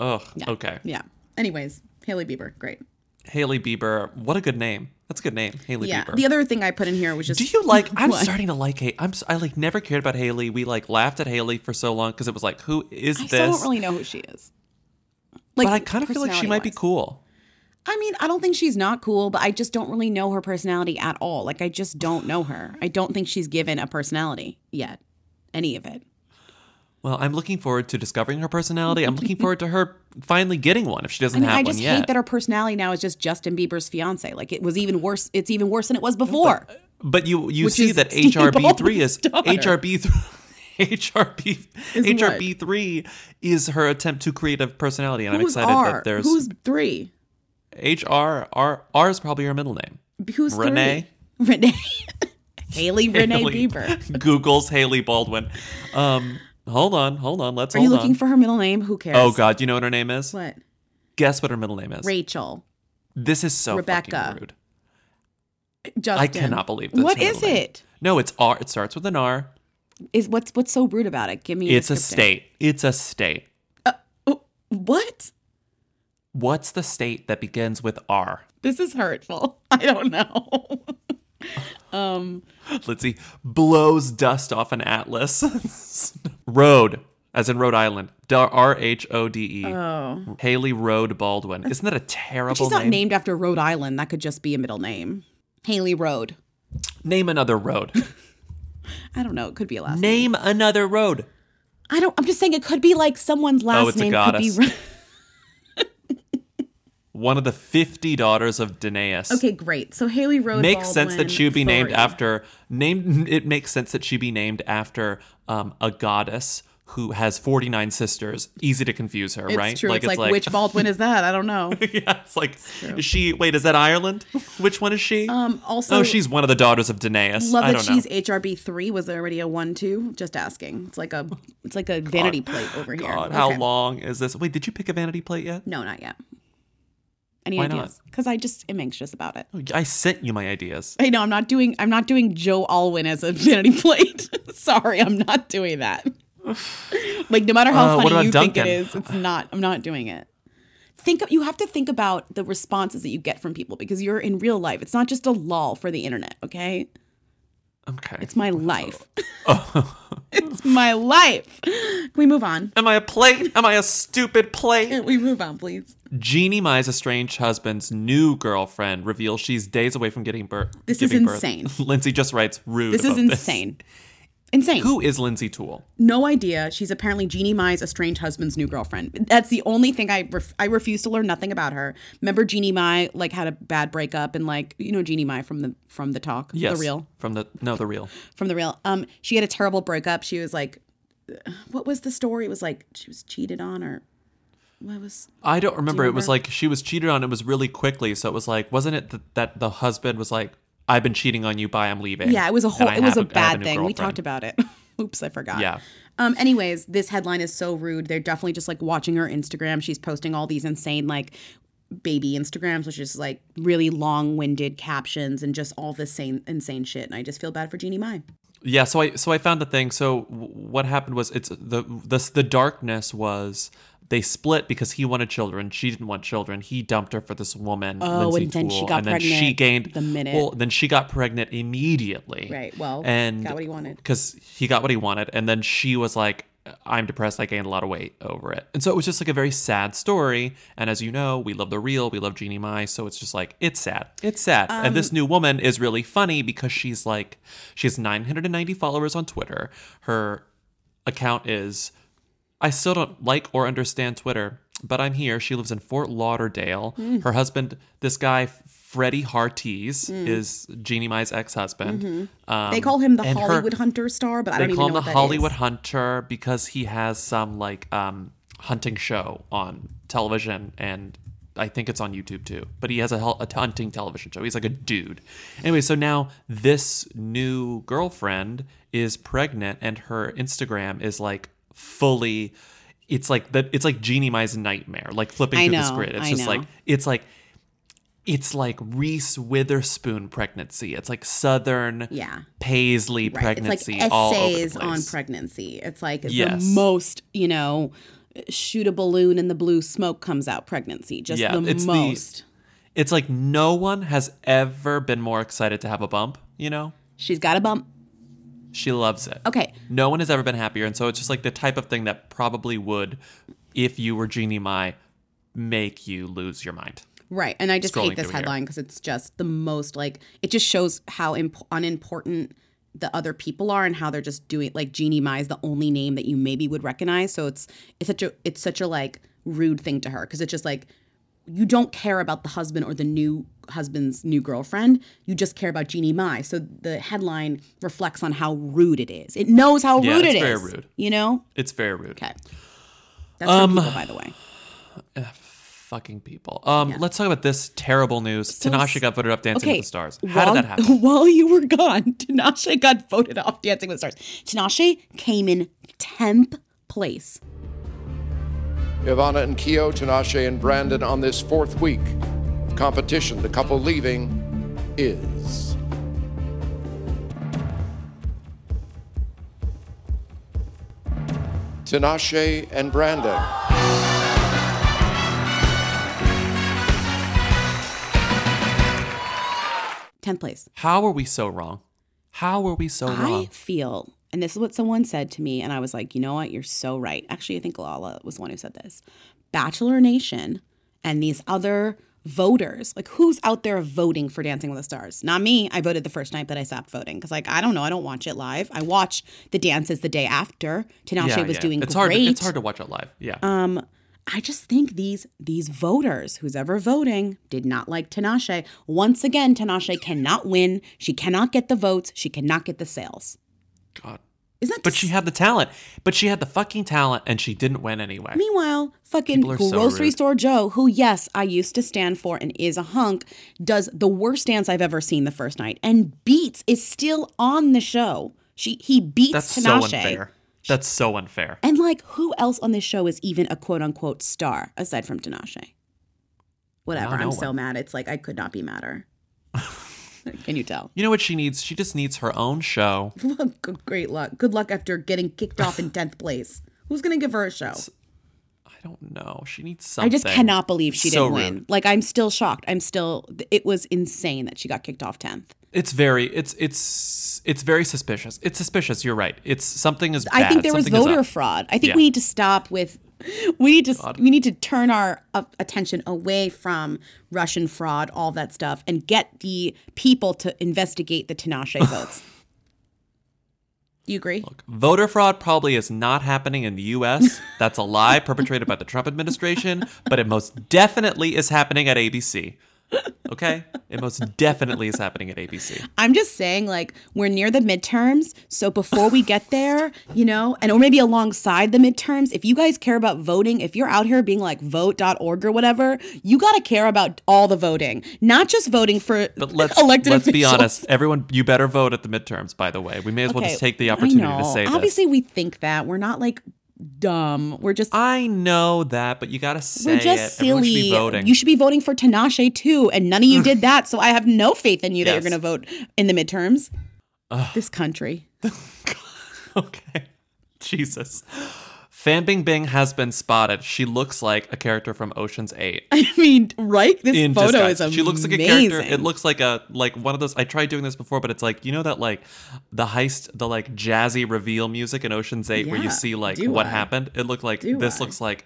A: Ugh. Okay.
B: Yeah. Anyways, Haley Bieber, great.
A: Haley Bieber. What a good name. That's a good name. Haley
B: Yeah.
A: Bieber.
B: The other thing I put in here was just
A: Do you like? I'm
B: What?
A: starting to like. Ha- I'm. s- I like never cared about Haley. We like laughed at Haley for so long because it was like, who is
B: I
A: this?
B: still don't really know who she is. Like,
A: but I kind of feel like she might be
B: personality-wise.
A: cool.
B: I mean, I don't think she's not cool, but I just don't really know her personality at all. Like, I just don't know her. I don't think she's given a personality yet, any of it.
A: Well, I'm looking forward to discovering her personality. I'm looking forward to her finally getting one if she doesn't
B: I mean,
A: have
B: I
A: one
B: just
A: yet.
B: hate that her personality now is just Justin Bieber's fiance. Like, it was even worse. It's even worse than it was before.
A: but you you
B: Which
A: see
B: is
A: that
B: Steve
A: HRB three
B: Ballmer's
A: is
B: daughter.
A: HRB three. HRB HRB three is her attempt to create a personality, and I'm
B: Who's
A: excited
B: R?
A: that there's
B: Who's three?
A: HR R R is probably her middle name.
B: Who's three?
A: Renee?
B: Renee. Haley Renee
A: Haley-
B: Bieber.
A: Google's Haley Baldwin. Um, hold on, hold on. Let's
B: Are
A: hold
B: you looking
A: on.
B: for her middle name? Who cares?
A: oh God, you know what her name is?
B: What?
A: Guess what her middle name is?
B: Rachel.
A: This is so Rebecca.
B: Rebecca.
A: rude.
B: Justin.
A: I cannot believe this.
B: What is it?
A: No, it's R. It starts with an R.
B: Is what's what's so rude about it? Give me.
A: It's a
B: description.
A: state. It's a state.
B: Oh, What?
A: What's the state that begins with R?
B: This is hurtful. I don't know. um.
A: Let's see. Blows dust off an atlas. Road, as in Rhode Island. R H O D E.
B: Oh.
A: Haley Road Baldwin. Isn't that a
B: But
A: terrible
B: she's not
A: name?
B: named after Rhode Island. That could just be a middle name. Haley Road.
A: Name another road.
B: I don't know. It could be a last name.
A: name another road.
B: I don't. I'm just saying it could be like someone's last
A: Oh, it's a
B: name could be.
A: goddess.
B: Ro-
A: One of the 50 daughters of Danaus.
B: Okay, great. So Haley Road
A: Makes sense that
B: Baldwin
A: she would be named
B: Furry.
A: after named it makes sense that she be named after um, a goddess who has 49 sisters. Easy to confuse her,
B: It's
A: right?
B: true. it's, like, which Baldwin is that? I don't know.
A: yeah, it's like is she wait, is that Ireland? Which one is she?
B: Um. Also,
A: oh, she's one of the daughters of Danaus.
B: love
A: I
B: that
A: don't know.
B: she's HRB three. Was there already a one two? Just asking. It's like a it's like a vanity plate over here.
A: God, how
B: Okay.
A: long is this? Wait, did you pick a vanity plate yet?
B: No, not yet. Any
A: Why not?
B: ideas? Because I just am anxious about it.
A: I sent you my ideas.
B: I know I'm not doing I'm not doing Joe Alwyn as a vanity plate. Sorry, I'm not doing that. like no matter
A: Uh,
B: how
A: what
B: funny
A: about
B: you think
A: Duncan?
B: it is, it's not. I'm not doing it. Think of, you have to think about the responses that you get from people because you're in real life. It's not just a lull for the internet, okay?
A: Okay.
B: It's my life. it's my life. Can we move on?
A: Am I a plate? Am I a stupid plate?
B: Can we move on, please?
A: Jeannie Mai's estranged husband's new girlfriend reveals she's days away from getting birth.
B: This is
A: giving birth.
B: insane.
A: Lindsay just writes rude.
B: This is
A: about
B: insane. Insane.
A: Who is Lindsay Toole?
B: No idea. She's apparently Jeannie Mai's estranged husband's new girlfriend. That's the only thing I ref- I refuse to learn nothing about her. Remember Jeannie Mai like had a bad breakup and like you know Jeannie Mai from the from the talk,
A: Yes,
B: the real
A: from the no, the real.
B: from the real. Um, she had a terrible breakup. She was like, what was the story? It was like she was cheated on or what was?
A: I don't remember. It was
B: remember?
A: like she was cheated on. It was really quickly, so it was like, wasn't it that, that the husband was like, "I've been cheating on you. Bye, I'm leaving."
B: Yeah, it was a
A: And
B: whole.
A: I
B: It was
A: have
B: a
A: I have
B: bad
A: new
B: thing. We
A: girlfriend.
B: talked about it. Oops, I forgot.
A: Yeah.
B: Um. Anyways, this headline is so rude. They're definitely just like watching her Instagram. She's posting all these insane like baby Instagrams, which is like really long-winded captions and just all this same insane shit. And I just feel bad for Jeannie Mai.
A: Yeah, so I so I found the thing. So w- what happened was it's the the the darkness was they split because he wanted children, she didn't want children. He dumped her for this woman.
B: Oh,
A: Lindsay
B: and then she
A: Toole,
B: got
A: and then She
B: pregnant
A: gained
B: the minute.
A: Well, then she got pregnant immediately.
B: Right, well,
A: and
B: got what he wanted.
A: because he got what he wanted, and then she was like. I'm depressed. I gained a lot of weight over it. And so it was just like a very sad story. And as you know, we love the real. We love Jeannie Mai. So it's just like, it's sad. It's sad. and this new woman is really funny because she's like, she has 990 followers on Twitter. Her account is I still don't like or understand Twitter, but I'm here. She lives in Fort Lauderdale. Her husband, this guy, Freddie Hartees, is Jeannie Mai's ex husband.
B: They call him the
A: um, and her-
B: Hollywood Hunter star, but I don't
A: They
B: even know
A: call him the
B: what that is.
A: Hollywood Hunter because he has some like um, hunting show on television and I think it's on YouTube too. But he has a, hel- a hunting television show. He's like a dude. Anyway, so now this new girlfriend is pregnant and her Instagram is like fully. It's like the it's like Jeannie Mai's nightmare, like flipping
B: I
A: through the
B: know,
A: grid. It's
B: I
A: just
B: know.
A: like it's like it's like Reese Witherspoon pregnancy. It's like Southern
B: Yeah.
A: Paisley
B: Right.
A: pregnancy
B: it's like
A: all over the
B: essays on
A: place.
B: pregnancy. It's like
A: Yes.
B: the most, you know, shoot a balloon and the blue smoke comes out pregnancy. Just
A: Yeah,
B: the
A: it's the-
B: most.
A: it's like no one has ever been more excited to have a bump, you know?
B: She's got a bump.
A: She loves it.
B: Okay.
A: No one has ever been happier. And so it's just like the type of thing that probably would, if you were Jeannie Mai, make you lose your mind.
B: Right. And I just
A: Scrolling
B: hate this
A: through here.
B: headline because it's just the most like it just shows how imp- unimportant the other people are and how they're just doing like Jeannie Mai is the only name that you maybe would recognize. So it's it's such a it's such a like rude thing to her because it's just like you don't care about the husband or the new husband's new girlfriend. You just care about Jeannie Mai. So the headline reflects on how rude it is. It knows how
A: Yeah,
B: rude
A: it's
B: it is.
A: very rude. Um,
B: You know?
A: It's very rude.
B: Okay. That's from people, by the way.
A: Fucking people. Um, Let's talk about this terrible news. Tinashe got voted off Dancing with the Stars. How
B: while,
A: did that happen?
B: While you were gone, Tinashe got voted off Dancing with the Stars. Tinashe came in 10th place.
F: Ivana and Keo, Tinashe and Brandon on this fourth week of competition. The couple leaving is. Tinashe and Brandon.
B: Tenth place.
A: How are we so wrong? How are we so
B: I
A: wrong?
B: feel, and this is what someone said to me, and I was like, you know what? You're so right. Actually, I think Lala was the one who said this. Bachelor Nation and these other voters, like who's out there voting for Dancing with the Stars? Not me. I voted the first night that I stopped voting because, like, I don't know. I don't watch it live. I watch the dances the day after. Tinashe was doing
A: it's
B: great. Uh,
A: hard. It's hard to watch it live. Yeah.
B: I just think these these voters, who's ever voting, did not like Tinashe. Once again, Tinashe cannot win. She cannot get the votes. She cannot get the sales.
A: God.
B: Isn't that
A: But
B: dis-
A: she had the talent. But she had the fucking talent, and she didn't win anyway.
B: Meanwhile, fucking
A: People are so
B: grocery
A: rude.
B: store Joe, who yes, I used to stand for and is a hunk, does the worst dance I've ever seen the first night and beats is still on the show. She he beats
A: That's
B: Tinashe.
A: so unfair. That's so unfair.
B: And like who else on this show is even a quote unquote star aside from Tinashe? Whatever.
A: No, no
B: I'm so
A: one.
B: mad. It's like I could not be madder. Can you tell?
A: You know what she needs? She just needs her own show.
B: Good- Great luck. Good luck after getting kicked off in tenth place. Who's gonna give her a show?
A: I don't know. She needs something.
B: I just cannot believe she
A: So
B: didn't win.
A: rude.
B: Like I'm still shocked. I'm still. It was insane that she got kicked off tenth.
A: It's very. It's it's it's very suspicious. It's suspicious. You're right. It's something is.
B: I think
A: bad.
B: there was
A: Something is
B: voter
A: up.
B: fraud. I think
A: Yeah.
B: we need to stop with. We need to we need to turn our uh, attention away from Russian fraud, all that stuff, and get the people to investigate the Tinashe votes. you agree?
A: Voter fraud probably is not happening in the U.S. That's a lie perpetrated by the Trump administration, but it most definitely is happening at ABC. Okay, it most definitely is happening at ABC.
B: I'm just saying, like, we're near the midterms. So before we get there, you know, and or maybe alongside the midterms, if you guys care about voting, if you're out here being like vote.org or whatever, you got to care about all the voting, not just voting for
A: But let's
B: elected
A: let's be
B: officials.
A: honest. Everyone, you better vote at the midterms. By the way, we may as well
B: Okay,
A: just take the
B: I
A: opportunity to
B: know.
A: say this.
B: Obviously, we think that. We're not like dumb. We're just.
A: I know that, but you gotta say
B: we're just
A: it. Everyone
B: silly.
A: Should be voting.
B: You should be voting for Tinashe too, and none of you did that. So I have no faith in you that
A: Yes.
B: you're going to vote in the midterms. This country.
A: okay. Jesus. Fan Bing Bing has been spotted. She looks like a character from Ocean's Eight.
B: I mean, right? This
A: In
B: photo
A: disguise.
B: is amazing.
A: She looks like a character. It looks like a like one of those. I tried doing this before, but it's like you know that like the heist, the like jazzy reveal music in Ocean's Eight, where you
B: Yeah,
A: see like
B: do
A: what
B: I?
A: happened. It looked like
B: Do
A: this
B: I?
A: looks like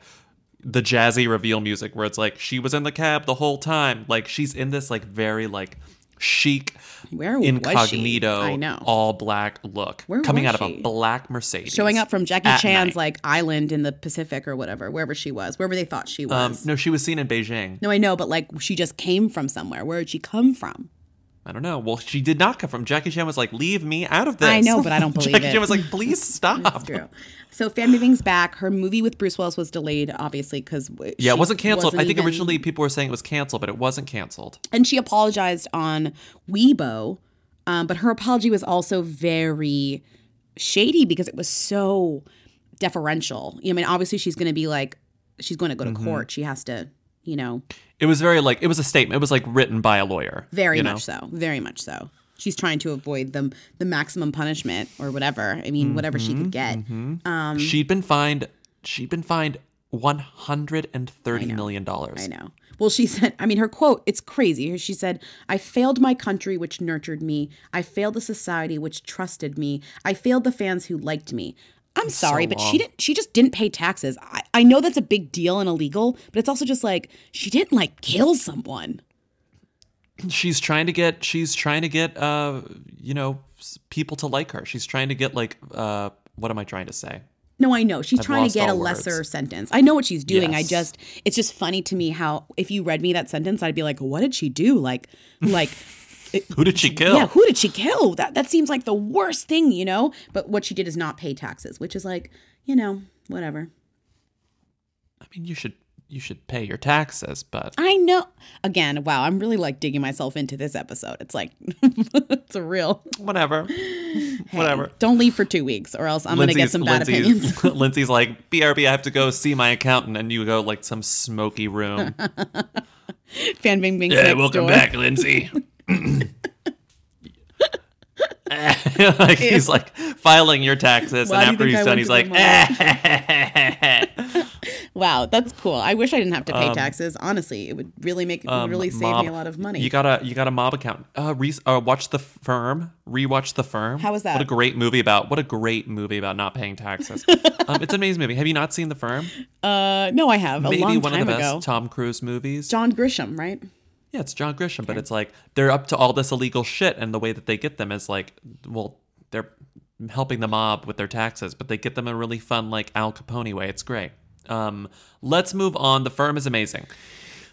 A: the jazzy reveal music, where it's like she was in the cab the whole time. Like she's in this like very like chic
B: Where was she?
A: incognito,
B: I know.
A: all black look
B: Where
A: coming
B: was
A: out of
B: she?
A: a black Mercedes,
B: showing up from Jackie
A: at
B: Chan's
A: night.
B: like island in the Pacific or whatever, wherever she was, wherever they thought she
A: Um,
B: was.
A: no, she was seen in Beijing.
B: no, I know, but like she just came from somewhere. Where did she come from?
A: I don't know. Well, she did not come from. Jackie Chan was like, "Leave me out of this."
B: I know, but I don't believe
A: Jackie
B: it.
A: Chan was like, "Please stop."
B: That's true. So Fan Bing's back. Her movie with Bruce Willis was delayed, obviously, because
A: Yeah, it wasn't canceled. I think originally people were saying it was canceled, but it wasn't canceled.
B: and she apologized on Weibo, um, but her apology was also very shady because it was
A: Mm-hmm.
B: so deferential. You know, I mean, obviously she's going to be like, she's going to go to court. She has to you know,
A: It was very like it was a statement. It was like written by a lawyer.
B: very
A: you know?
B: much so. Very much so. She's trying to avoid the the maximum punishment or whatever. I mean, whatever she
A: Mm-hmm.
B: could get. Um,
A: she'd been fined. She'd been fined one hundred and thirty million dollars.
B: I know. Well, she said, I mean, her quote, it's crazy. She said, I failed my country, which nurtured me. I failed the society, which trusted me. I failed the fans who liked me. I'm sorry, but she didn't. She just didn't pay taxes. I, I know that's a big deal and illegal, but it's also just like she didn't like kill someone.
A: She's trying to get. She's trying to get. Uh, you know, s- people to like her. She's trying to get like. Uh, what am I trying to say?
B: No, I know. She's trying
A: lost
B: to get a
A: all words.
B: lesser sentence. I know what she's doing. I
A: Yes.
B: just it's just funny to me how if you read me that sentence, I'd be like, what did she do? Like, like
A: Who did she kill?
B: Yeah, who did she kill? That that seems like the worst thing, you know? But what she did is not pay taxes, which is like, you know, whatever.
A: I mean, you should you should pay your taxes, but
B: I know. Again, wow, I'm really like digging myself into this episode. It's like it's a real
A: whatever, whatever.
B: Don't leave for 2 weeks or else I'm going to
A: Lindsay's-
B: get some bad
A: Lindsay's-
B: opinions.
A: Lindsay's like, BRB, I have to go see my accountant. And you go, like, some smoky room.
B: Fan Bing Bing's next door.
A: Lindsay. like he's like filing your taxes,
B: Why do
A: and
B: you
A: after
B: think I
A: he's
B: went
A: done, he's
B: to
A: like,
B: Wow, that's cool. I wish I didn't have to pay taxes. Honestly, it would really make it would really save
A: Um, mob.
B: me a lot of money.
A: You gotta, you gotta mob account. Uh, re- uh, watch the firm. Rewatch the firm.
B: How was that?
A: What a great movie about. What a great movie about not paying taxes. um, it's an amazing movie. Have you not seen the firm?
B: uh, no, I have a
A: Maybe
B: long
A: one
B: time
A: of the best
B: ago.
A: Tom Cruise movies.
B: John Grisham, right?
A: Yeah, it's John Grisham, but it's like they're up to all this illegal shit, and the way that they get them is like, well, they're helping the mob with their taxes, but they get them in a really fun, like Al Capone way. It's great. Um, let's move on. The firm is amazing.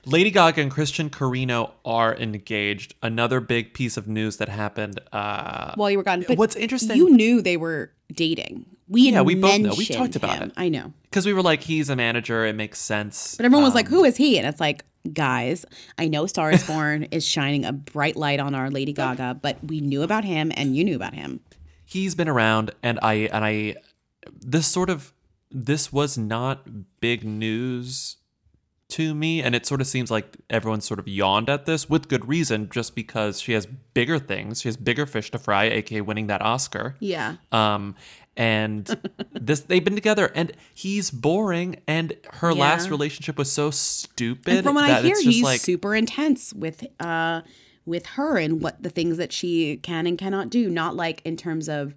A: Lady Gaga and Christian Carino are engaged. Another big piece of news that happened. Uh,
B: While you were gone. But
A: what's interesting-
B: You knew they were dating. We
A: Yeah, we both know. We
B: mentioned
A: talked about
B: him.
A: it.
B: I know,
A: because we were like, he's a manager. It makes sense.
B: but everyone was
A: Um,
B: like, "Who is he?" And it's like, guys, I know Star is Born is shining a bright light on our Lady Gaga, but we knew about him, and you knew about him.
A: he's been around and i and i this sort of this was not big news to me and it sort of seems like everyone sort of yawned at this with good reason just because she has bigger things she has bigger fish to fry aka winning that oscar
B: Yeah,
A: um and this they've been together and he's boring and her
B: Yeah.
A: last relationship was so stupid
B: and from what I
A: that
B: hear,
A: it's just
B: he's
A: like
B: super intense with uh with her and what the things that she can and cannot do. Not like in terms of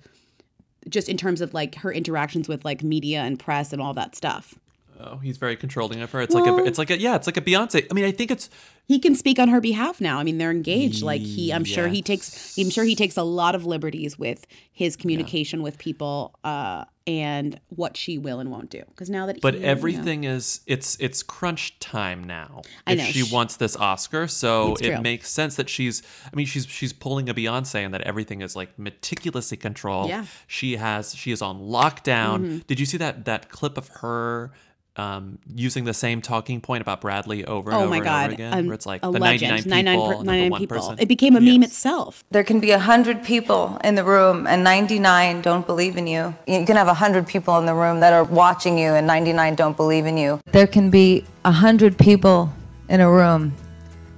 B: just in terms of like her interactions with like media and press and all that stuff.
A: oh, he's very controlling of her it's like a, it's like a yeah it's like a beyonce i mean i think it's
B: He can speak on her behalf now. I mean, they're engaged. Like he, I'm sure he takes. I'm sure he takes a lot of liberties with his communication with people uh, and what she will and won't do. Because now that
A: But
B: he-
A: everything is it's it's crunch time now.
B: I
A: if
B: know.
A: she
B: Sh-
A: wants this Oscar, so
B: It's
A: it
B: true.
A: makes sense that she's. I mean, she's she's pulling a Beyonce, and that everything is like meticulously controlled.
B: Yeah. Mm-hmm.
A: she has she is on lockdown. Did you see that that clip of her? Um, using the same talking point about Bradley over and
B: oh
A: over
B: my
A: and
B: god,
A: over again,
B: um,
A: where it's like
B: a
A: the 99
B: legend,
A: people,
B: per-
A: and then the
B: 99
A: one
B: people.
A: person.
B: It became a meme
A: Yes.
B: itself.
G: There can be a hundred people in the room and 99 don't believe in you. You can have a hundred people in the room that are watching you and 99 don't believe in you. There can be a hundred people in a room.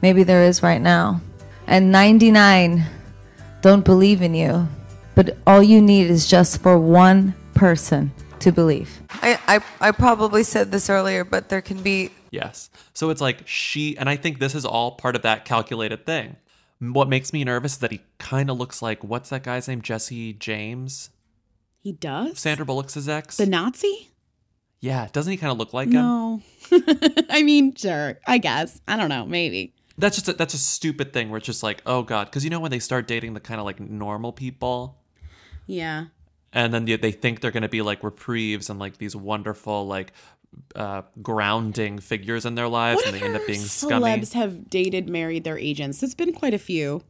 G: Maybe there is right now. And 99 don't believe in you. But all you need is just for one person to believe. I, I, I probably said this earlier, but there can be
A: Yes. So it's like she, and I think this is all part of that calculated thing. What makes me nervous is that he kind of looks like what's that guy's name? Jesse James,
B: He does.
A: Sandra Bullock's his ex.
B: the Nazi?
A: yeah, doesn't he kind of look like him?
B: No. I mean, sure. I guess. I don't know. Maybe.
A: That's just a, that's a stupid thing where it's just like, oh god, because you know when they start dating the kind of like normal people,
B: Yeah.
A: and then they- they think they're going to be like reprieves and like these wonderful like uh grounding figures in their lives,
B: What
A: and they end up being scummy.
B: celebs have dated, married their agents? There's been quite a few.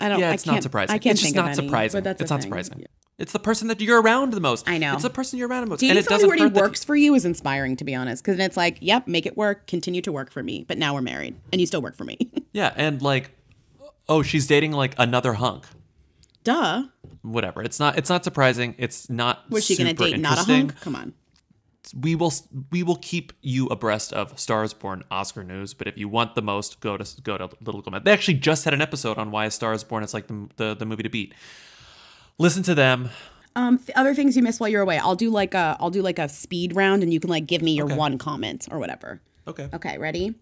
B: I don't.
A: yeah,
B: Oh, I
A: it's
B: can't,
A: not surprising.
B: I can't
A: it's
B: think
A: just
B: of
A: not
B: any,
A: surprising.
B: But that's
A: it's
B: a
A: not
B: thing.
A: surprising. It's the person that you're around the most.
B: I know.
A: It's the person you're around the most.
B: Dating
A: and it
B: somebody
A: doesn't
B: where he
A: hurt that-
B: works for you is inspiring, to be honest. Because it's like, yep, make it work, continue to work for me. But now we're married, and you still work for me.
A: yeah, and like, oh, she's dating like another hunk.
B: Duh.
A: Whatever. It's not. It's not surprising. It's not.
B: Was she
A: going
B: going
A: to
B: to date not a hunk? Come on.
A: we will we will keep you abreast of Stars Born Oscar news. But if you want the most, go to go to Little Gomez. They actually just had an episode on why Stars Born is like the the, the movie to beat. Listen to them.
B: Um, th- other things you missed while you're away. I'll do like a I'll do like a speed round, and you can like give me your one comment or whatever.
A: Okay.
B: Okay, ready?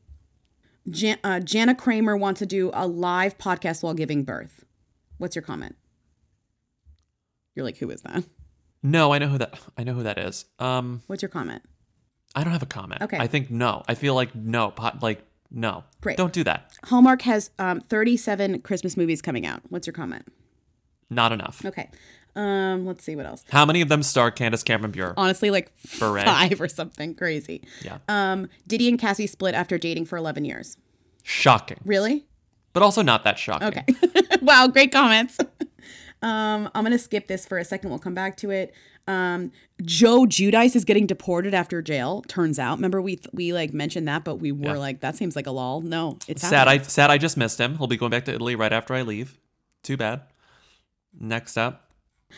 B: Jan- uh, Jana Kramer wants to do a live podcast while giving birth. What's your comment? You're like, who is that?
A: No, I know who that I know who that is. Um,
B: What's your comment?
A: I don't have a comment.
B: Okay.
A: I think no. I feel like no. Pot like no.
B: Great.
A: Don't do that.
B: Hallmark has um, 37 Christmas movies coming out. What's your comment?
A: Not enough.
B: Okay. Um, let's see what else.
A: How many of them star Candace Cameron Bure?
B: Honestly, like
A: Beret.
B: five or something crazy.
A: Yeah.
B: Um, Diddy and Cassie split after dating for 11 years.
A: shocking,
B: Really?
A: but also not that shocking.
B: Okay. wow, great comments. Um, I'm gonna skip this for a second. We'll come back to it. Um, Joe Judice is getting deported after jail. Turns out, remember we we like mentioned that, but we were like, that seems like a lol. No, it's
A: Sad. I sad. I just missed him. He'll be going back to Italy right after I leave. Too bad. Next up,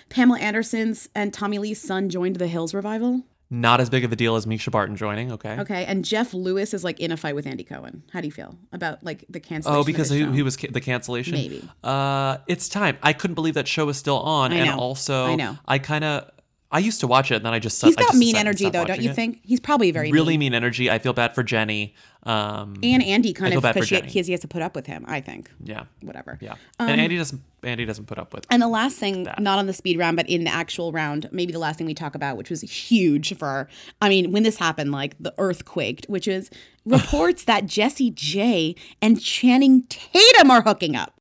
B: Pamela Anderson's and Tommy Lee's son joined the Hills revival.
A: not as big of a deal as Misha Barton joining. Okay.
B: Okay, and Jeff Lewis is like in a fight with Andy Cohen. How do you feel about like the cancellation?
A: Oh,
B: of
A: because
B: his
A: he,
B: show?
A: he was ca- the cancellation.
B: Maybe.
A: Uh, it's time. I couldn't believe that show was still on,
B: I
A: and
B: know.
A: also
B: I know.
A: I kind of I used to watch it, and then I just
B: He's
A: I
B: got
A: just
B: mean
A: decided to
B: energy
A: stop
B: though, don't
A: watching
B: you
A: it.
B: think? He's probably very
A: Really
B: mean.
A: mean energy. I feel bad for Jenny. Um,
B: and Andy
A: I
B: kind
A: feel
B: of
A: bad for
B: because he,
A: Jenny.
B: he has to put up with him. I think
A: yeah,
B: whatever.
A: yeah.
B: Um,
A: and Andy doesn't. Andy doesn't put up with.
B: And the last thing, not on the speed round, but in the actual round, maybe the last thing we talk about, which was huge for, I mean, when this happened, like the earthquake, which is reports that Jesse J and Channing Tatum are hooking up.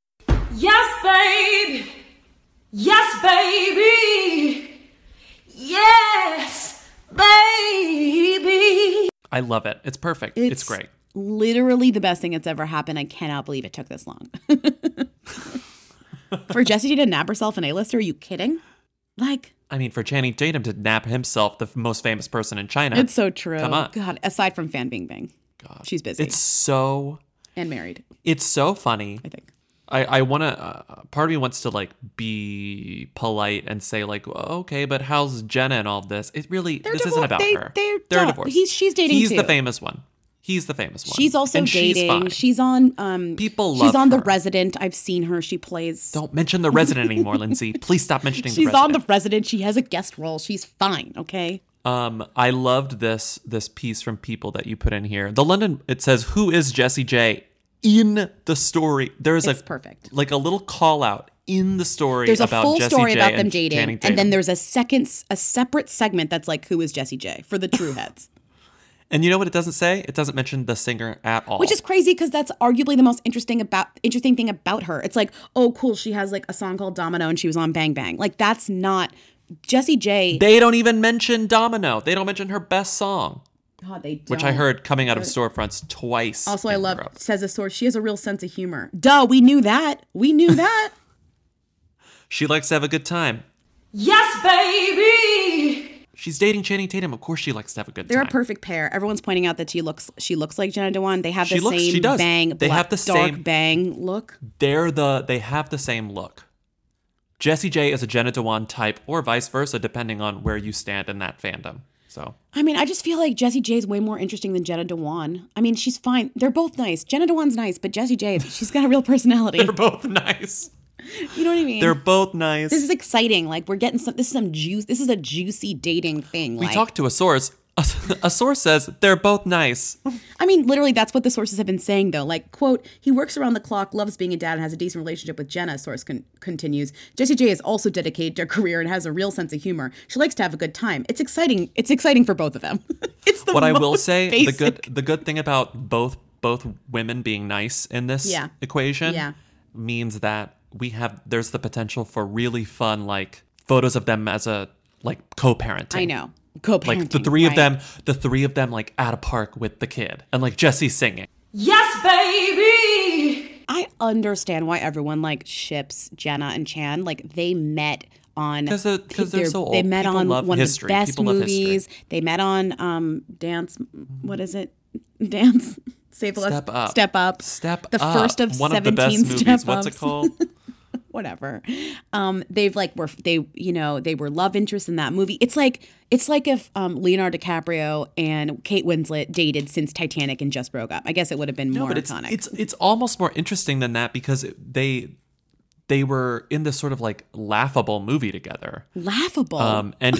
D: Yes, babe. Yes, baby. Yes, baby.
A: I love it. It's perfect. it's great.
B: Literally the best thing that's ever happened. I cannot believe it took this long. for Jesse J to nab herself an A-lister, are you kidding? Like,
A: I mean, for Channing Tatum to nab himself, the f- most famous person in China.
B: it's so true.
A: Come on.
B: God, aside from Fan Bing Bing. God. She's busy
A: It's so.
B: and married,
A: It's so funny.
B: I think.
A: I, I want to. Uh, part of me wants to like be polite and say like, "Well, okay, but how's Jenna and all of this? It really this isn't
B: divor-
A: about
B: they-
A: her.
B: they're
A: they're
B: done.
A: divorced.
B: He's- she's dating
A: He's the
B: too.
A: famous one. He's the famous one.
B: She's also
A: And
B: dating.
A: She's fine.
B: on um
A: People
B: She's
A: love
B: on the
A: her.
B: resident. I've seen her. She plays
A: Don't mention the resident anymore, Lindsay. Please stop mentioning.
B: She's
A: the
B: on
A: resident.
B: the resident. She has a guest role. She's fine, okay?
A: Um, I loved this this piece from people that you put in here. The London it says, "Who is Jesse J?" in the story. There's
B: It's
A: a
B: perfect.
A: like a little call out in the story.
B: There's a
A: about
B: full
A: Jesse
B: story
A: J
B: about them
A: and
B: dating,
A: Channing
B: and
A: Tatum.
B: then there's a second s- a separate segment that's like who is Jesse J for the true heads.
A: and you know what it doesn't say? It doesn't mention the singer at all.
B: Which is crazy because that's arguably the most interesting about interesting thing about her. It's like, oh cool, she has like a song called Domino and she was on Bang Bang. Like that's not Jesse J.
A: they don't even mention Domino. They don't mention her best song,
B: God, they
A: which I
B: don't.
A: heard coming out of storefronts twice.
B: Also, I
A: in
B: love
A: Europe.
B: says a source. She has a real sense of humor. Duh, we knew that. We knew that.
A: She likes to have a good time.
D: Yes, baby.
A: She's dating Channing Tatum. Of course, she likes to have a good
B: They're
A: time.
B: a perfect pair. Everyone's pointing out that she looks she looks like Jenna Dewan. They have the
A: She looks-
B: same
A: she does.
B: bang.
A: They have the
B: dark
A: same-
B: bang look.
A: they're the they have the same look. Jessie J is a Jenna Dewan type, or vice versa, depending on where you stand in that fandom. So
B: I mean, I just feel like Jessie J is way more interesting than Jenna Dewan. I mean, she's fine. They're both nice. Jenna Dewan's nice, but Jessie J, she's got a real personality.
A: they're both nice.
B: you know what I mean?
A: They're both nice.
B: this is exciting. Like we're getting some. This is some juice. This is a juicy dating thing.
A: we
B: like,
A: talked to a source. A, a source says they're both nice.
B: I mean, literally, that's what the sources have been saying, though. Like, quote, he works around the clock, loves being a dad, and has a decent relationship with Jenna, source con- continues. Jesse J is also dedicated to her career and has a real sense of humor. She likes to have a good time. It's exciting. It's exciting for both of them. it's the
A: What I will
B: most
A: say,
B: basic-
A: the good the good thing about both both women being nice in this
B: Yeah.
A: equation
B: Yeah.
A: means that we have there's the potential for really fun like photos of them as a like co-parenting.
B: I know. Co
A: like the three of them the three of them like at a park with the kid and like jesse singing
D: Yes, baby.
B: I understand why everyone like ships Jenna and Chan. Like they met on
A: 'Cause they're- 'cause they're so
B: They
A: old.
B: met
A: People
B: on
A: love
B: one
A: history.
B: of the best
A: People love history.
B: movies. They met on um dance. What is it? Dance. Save the Less-
A: Step Up.
B: Step up.
A: step
B: The
A: Up,
B: first of
A: one of the
B: seventeen
A: best movies
B: step ups.
A: what's it called
B: whatever. Um, they've like were they you know they were love interests in that movie. It's like it's like if um, Leonardo DiCaprio and Kate Winslet dated since Titanic and just broke up. I guess it would have been more
A: but it's,
B: iconic.
A: it's it's almost more interesting than that because it- they they were in this sort of like laughable movie together.
B: laughable.
A: Um, and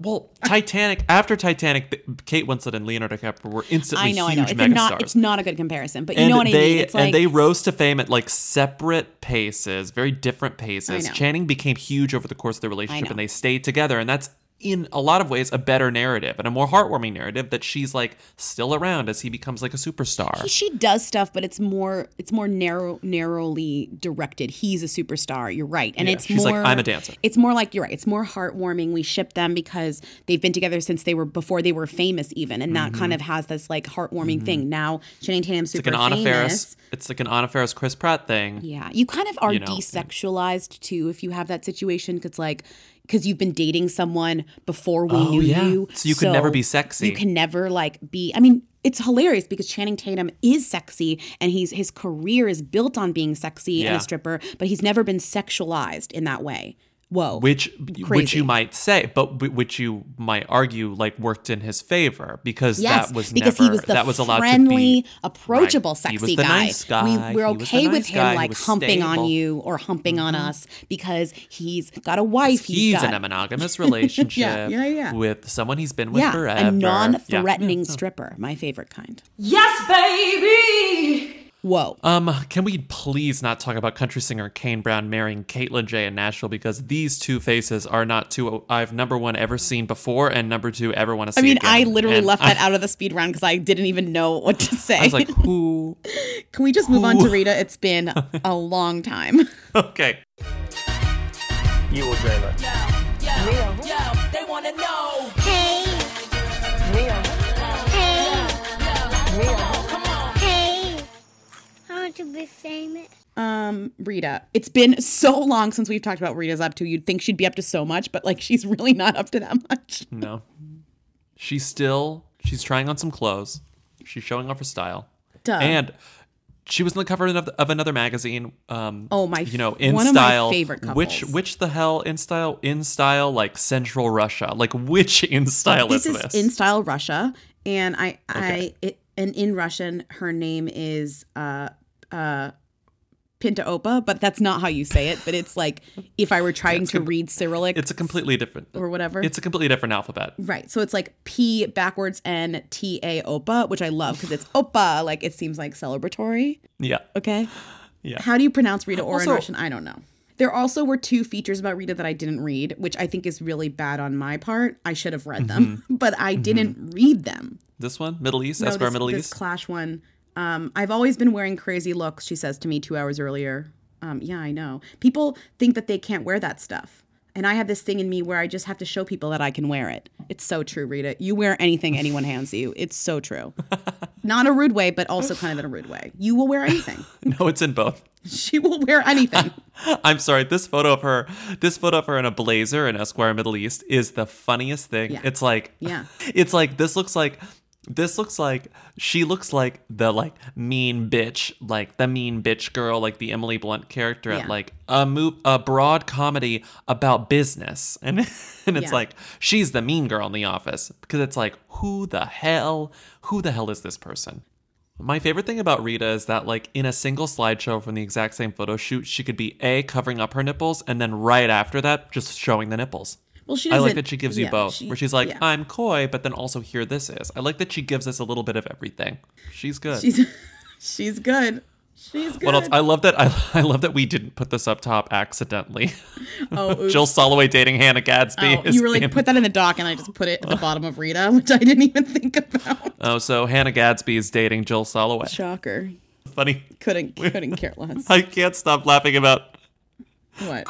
A: well, Titanic after Titanic, B- Kate Winslet and Leonardo DiCaprio were instantly
B: I know, I
A: huge
B: know.
A: megastars.
B: It's not it's not a good comparison, but you
A: and
B: know what
A: they
B: I mean. It's like
A: and they rose to fame at like separate paces, very different paces.
B: know.
A: Channing became huge over the course of their relationship,
B: know.
A: and they stayed together, and that's in a lot of ways a better narrative and a more heartwarming narrative that she's like still around as he becomes like a superstar.
B: she does stuff, but it's more it's more narrow narrowly directed. He's a superstar. You're right, and
A: Yeah,
B: it's
A: she's like,
B: more
A: "I'm a dancer."
B: It's more like you're right. It's more heartwarming. We ship them because they've been together since they were before they were famous, even, and that kind of has this like heartwarming thing. Now Channing Tatum's
A: Mm-hmm. It's
B: super
A: like an Anna
B: famous.
A: Faris. It's like an Anna Faris Chris Pratt thing.
B: Yeah, you kind of are
A: You know, and-
B: desexualized too if you have that situation because like because you've been dating someone before we
A: Oh,
B: knew
A: yeah.
B: you,
A: So you could never be sexy.
B: You can never like be. I mean, it's hilarious because Channing Tatum is sexy and he's his career is built on being sexy and
A: Yeah.
B: a stripper, but he's never been sexualized in that way. Whoa,
A: Which, which
B: Crazy.
A: you might say, but w- which you might argue, like worked in his favor because
B: Yes,
A: that was
B: because
A: never,
B: he was the
A: that was allowed
B: friendly,
A: to be
B: approachable,
A: Right. He
B: sexy
A: was the
B: guy.
A: nice guy.
B: We,
A: He
B: we're
A: was the
B: okay with
A: nice
B: him
A: guy. He
B: like
A: was
B: humping on
A: stable. Mm-hmm.
B: you or humping on us because he's got a wife.
A: He's
B: got
A: in a monogamous relationship
B: yeah, yeah.
A: with someone he's been with
B: yeah,
A: forever.
B: a non-threatening
A: Yeah.
B: stripper, my favorite kind.
D: Yes, baby.
B: Whoa,
A: Um, can we please not talk about country singer Kane Brown marrying Caitlyn J in Nashville because these two faces are not two I've number one ever seen before and number two ever want to see.
B: I mean,
A: again.
B: I literally
A: And
B: left
A: I,
B: that out of the speed round because I didn't even know what to say.
A: I was like, who?
B: Can we just move on to Rita? It's been a long time.
A: Okay,
C: You will dream it.
D: Yo, they wanna know.
E: Hey,
C: Real.
E: hey,
C: Real.
E: hey. I want to be famous.
B: Um, Rita, it's been so long since we've talked about what Rita's up to. You'd think she'd be up to so much, but like she's really not up to that much.
A: no, she's still she's trying on some clothes. She's showing off her style,
B: Duh.
A: and she was on the cover of, of another magazine. Um,
B: Oh, my-
A: You know, in
B: one of my
A: style.
B: favorite
A: Which
B: couples.
A: which the hell in style? In style like Central Russia. Like which in style
B: this
A: is,
B: is
A: this?
B: in style Russia, and I,
A: Okay.
B: I, it, and in Russian, her name is uh, uh, Pinta Opa, but that's not how you say it. But it's like if I were trying to read Cyrillic,
A: It's a completely different
B: or whatever.
A: It's a completely different alphabet.
B: Right. So it's like P backwards N T A Opa, which I love because it's Opa. Like it seems like celebratory.
A: Yeah.
B: Okay.
A: Yeah.
B: How do you pronounce Rita or in
A: Also-
B: Russian? I don't know. There also were two features about Rita that I didn't read, which I think is really bad on my part. I should have read them,
A: Mm-hmm.
B: but I didn't read them.
A: This one, Middle East,
B: No,
A: Esquire
B: this,
A: Middle
B: this
A: East.
B: clash one. Um, I've always been wearing crazy looks, she says to me two hours earlier. Um, yeah, I know. People think that they can't wear that stuff. And I have this thing in me where I just have to show people that I can wear it. It's so true, Rita. You wear anything anyone hands you. It's so true. Not a rude way, but also kind of in a rude way. You will wear anything.
A: no, it's in both.
B: she will wear anything.
A: I'm sorry. This photo of her, this photo of her in a blazer in Esquire Middle East is the funniest thing.
B: Yeah.
A: It's like,
B: Yeah.
A: it's like this looks like, this looks like she looks like the like mean bitch, like the mean bitch girl, like the Emily Blunt character
B: Yeah.
A: at like a move a broad comedy about business, and and it's
B: Yeah.
A: like she's the mean girl in the office because it's like who the hell, who the hell is this person? My favorite thing about Rita is that, like, in a single slideshow from the exact same photo shoot, she could be A, covering up her nipples, and then right after that, just showing the nipples.
B: Well, she
A: I like
B: doesn't-
A: that she gives you
B: yeah,
A: both,
B: she-
A: where she's like,
B: yeah.
A: I'm coy, but then also here this is. I like that she gives us a little bit of everything. She's good.
B: She's she's good. She's good.
A: what else? I love that. I, I love that we didn't put this up top accidentally.
B: oh, oops.
A: Jill Soloway dating Hannah Gadsby.
B: Oh,
A: is
B: you really
A: in-
B: put that in the dock, and I just put it at the bottom of Rita, which I didn't even think about.
A: Oh, so Hannah Gadsby is dating Jill Soloway.
B: Shocker.
A: Funny.
B: Couldn't couldn't care less.
A: I can't stop laughing about
B: What?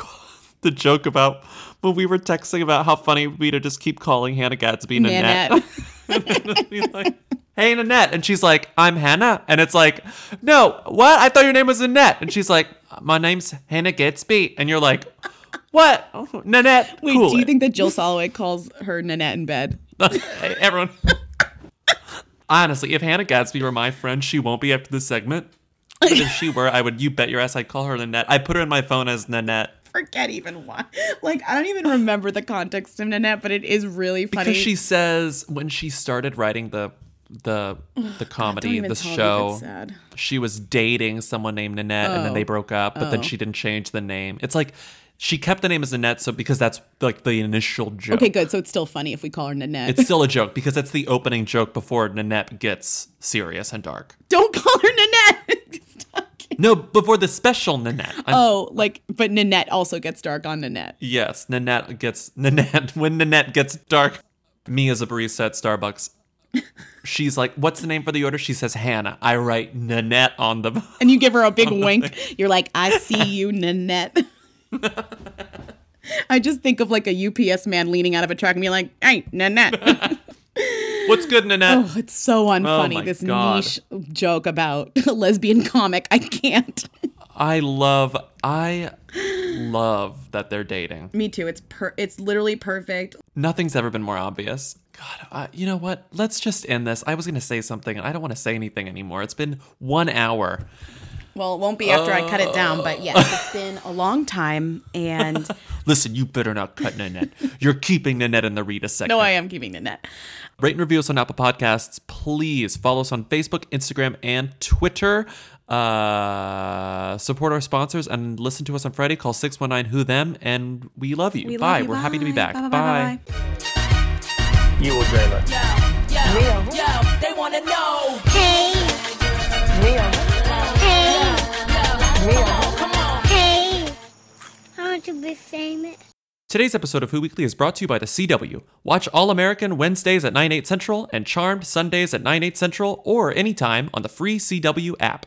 A: the joke about when we were texting about how funny it'd be to just keep calling Hannah Gadsby Nanette.
B: Nanette.
A: Be like, hey, Nanette. And she's like, I'm Hannah. And it's like, no, what? I thought your name was Nanette. And she's like, my name's Hannah Gadsby. And you're like, what? Oh, Nanette.
B: Wait,
A: cool
B: do you
A: it.
B: think that Jill Soloway calls her Nanette in bed?
A: Hey, Everyone. Honestly, if Hannah Gadsby were my friend, she won't be after this segment. But if she were, I would. You bet your ass, I'd call her Nanette. I put her in my phone as Nanette
B: Forget even why. Like I don't even remember the context of Nanette, but it is really funny.
A: because she says when she started writing the the the
B: Don't
A: comedy,
B: even
A: the
B: tell me if
A: show,
B: it's sad.
A: she was dating someone named Nanette, and then they
B: Oh.
A: broke up. But then she didn't change the name. It's like she kept the name as Nanette, so because that's like the initial joke.
B: Okay, good. So it's still funny if we call her Nanette.
A: It's still a joke because that's the opening joke before Nanette gets serious and dark.
B: don't call her Nanette. Stop it.
A: No, before the special Nanette. I'm-
B: oh, like but Nanette also gets dark on Nanette.
A: Yes, Nanette gets Nanette when Nanette gets dark. Me as a barista at Starbucks. She's like, "What's the name for the order?" She says, "Hannah." I write Nanette on the.
B: And you give her a big
A: Oh,
B: wink. You're like, I see you, Nanette. I just think of like a UPS man leaning out of a truck and being like, hey, Nanette.
A: What's good, Nanette?
B: Oh, it's so unfunny.
A: my
B: this
A: God.
B: niche joke about a lesbian comic. I can't.
A: I love, I love that they're dating.
B: Me too. It's per- it's literally perfect.
A: Nothing's ever been more obvious. God, I, you know what? Let's just end this. I was gonna say something, and I don't want to say anything anymore. It's been one hour.
B: Well, it won't be after I cut it down, but yes, it's
A: Oh.
B: been a long time and
A: Listen, you better not cut Nanette. You're keeping Nanette in the read a second.
B: no, Oh, I am keeping the net.
A: Rate and review us on Apple Podcasts. Please follow us on Facebook, Instagram, and Twitter. Uh, support our sponsors and listen to us on Friday. Call 619 Who Them, and we love you.
B: We love
A: bye.
B: you.
A: We're happy to be
B: Bye.
A: back.
B: Bye, bye, bye,
A: bye.
B: bye.
C: You will dream it.
D: Yo, yo, they wanna know.
E: Hey,
C: Real.
E: hey,
C: Real.
D: Come on.
E: hey. I want to be famous.
A: Today's episode of Who Weekly is brought to you by the CW. Watch All American Wednesdays at 9, 8 central and Charmed Sundays at 9, 8 central or anytime on the free CW app.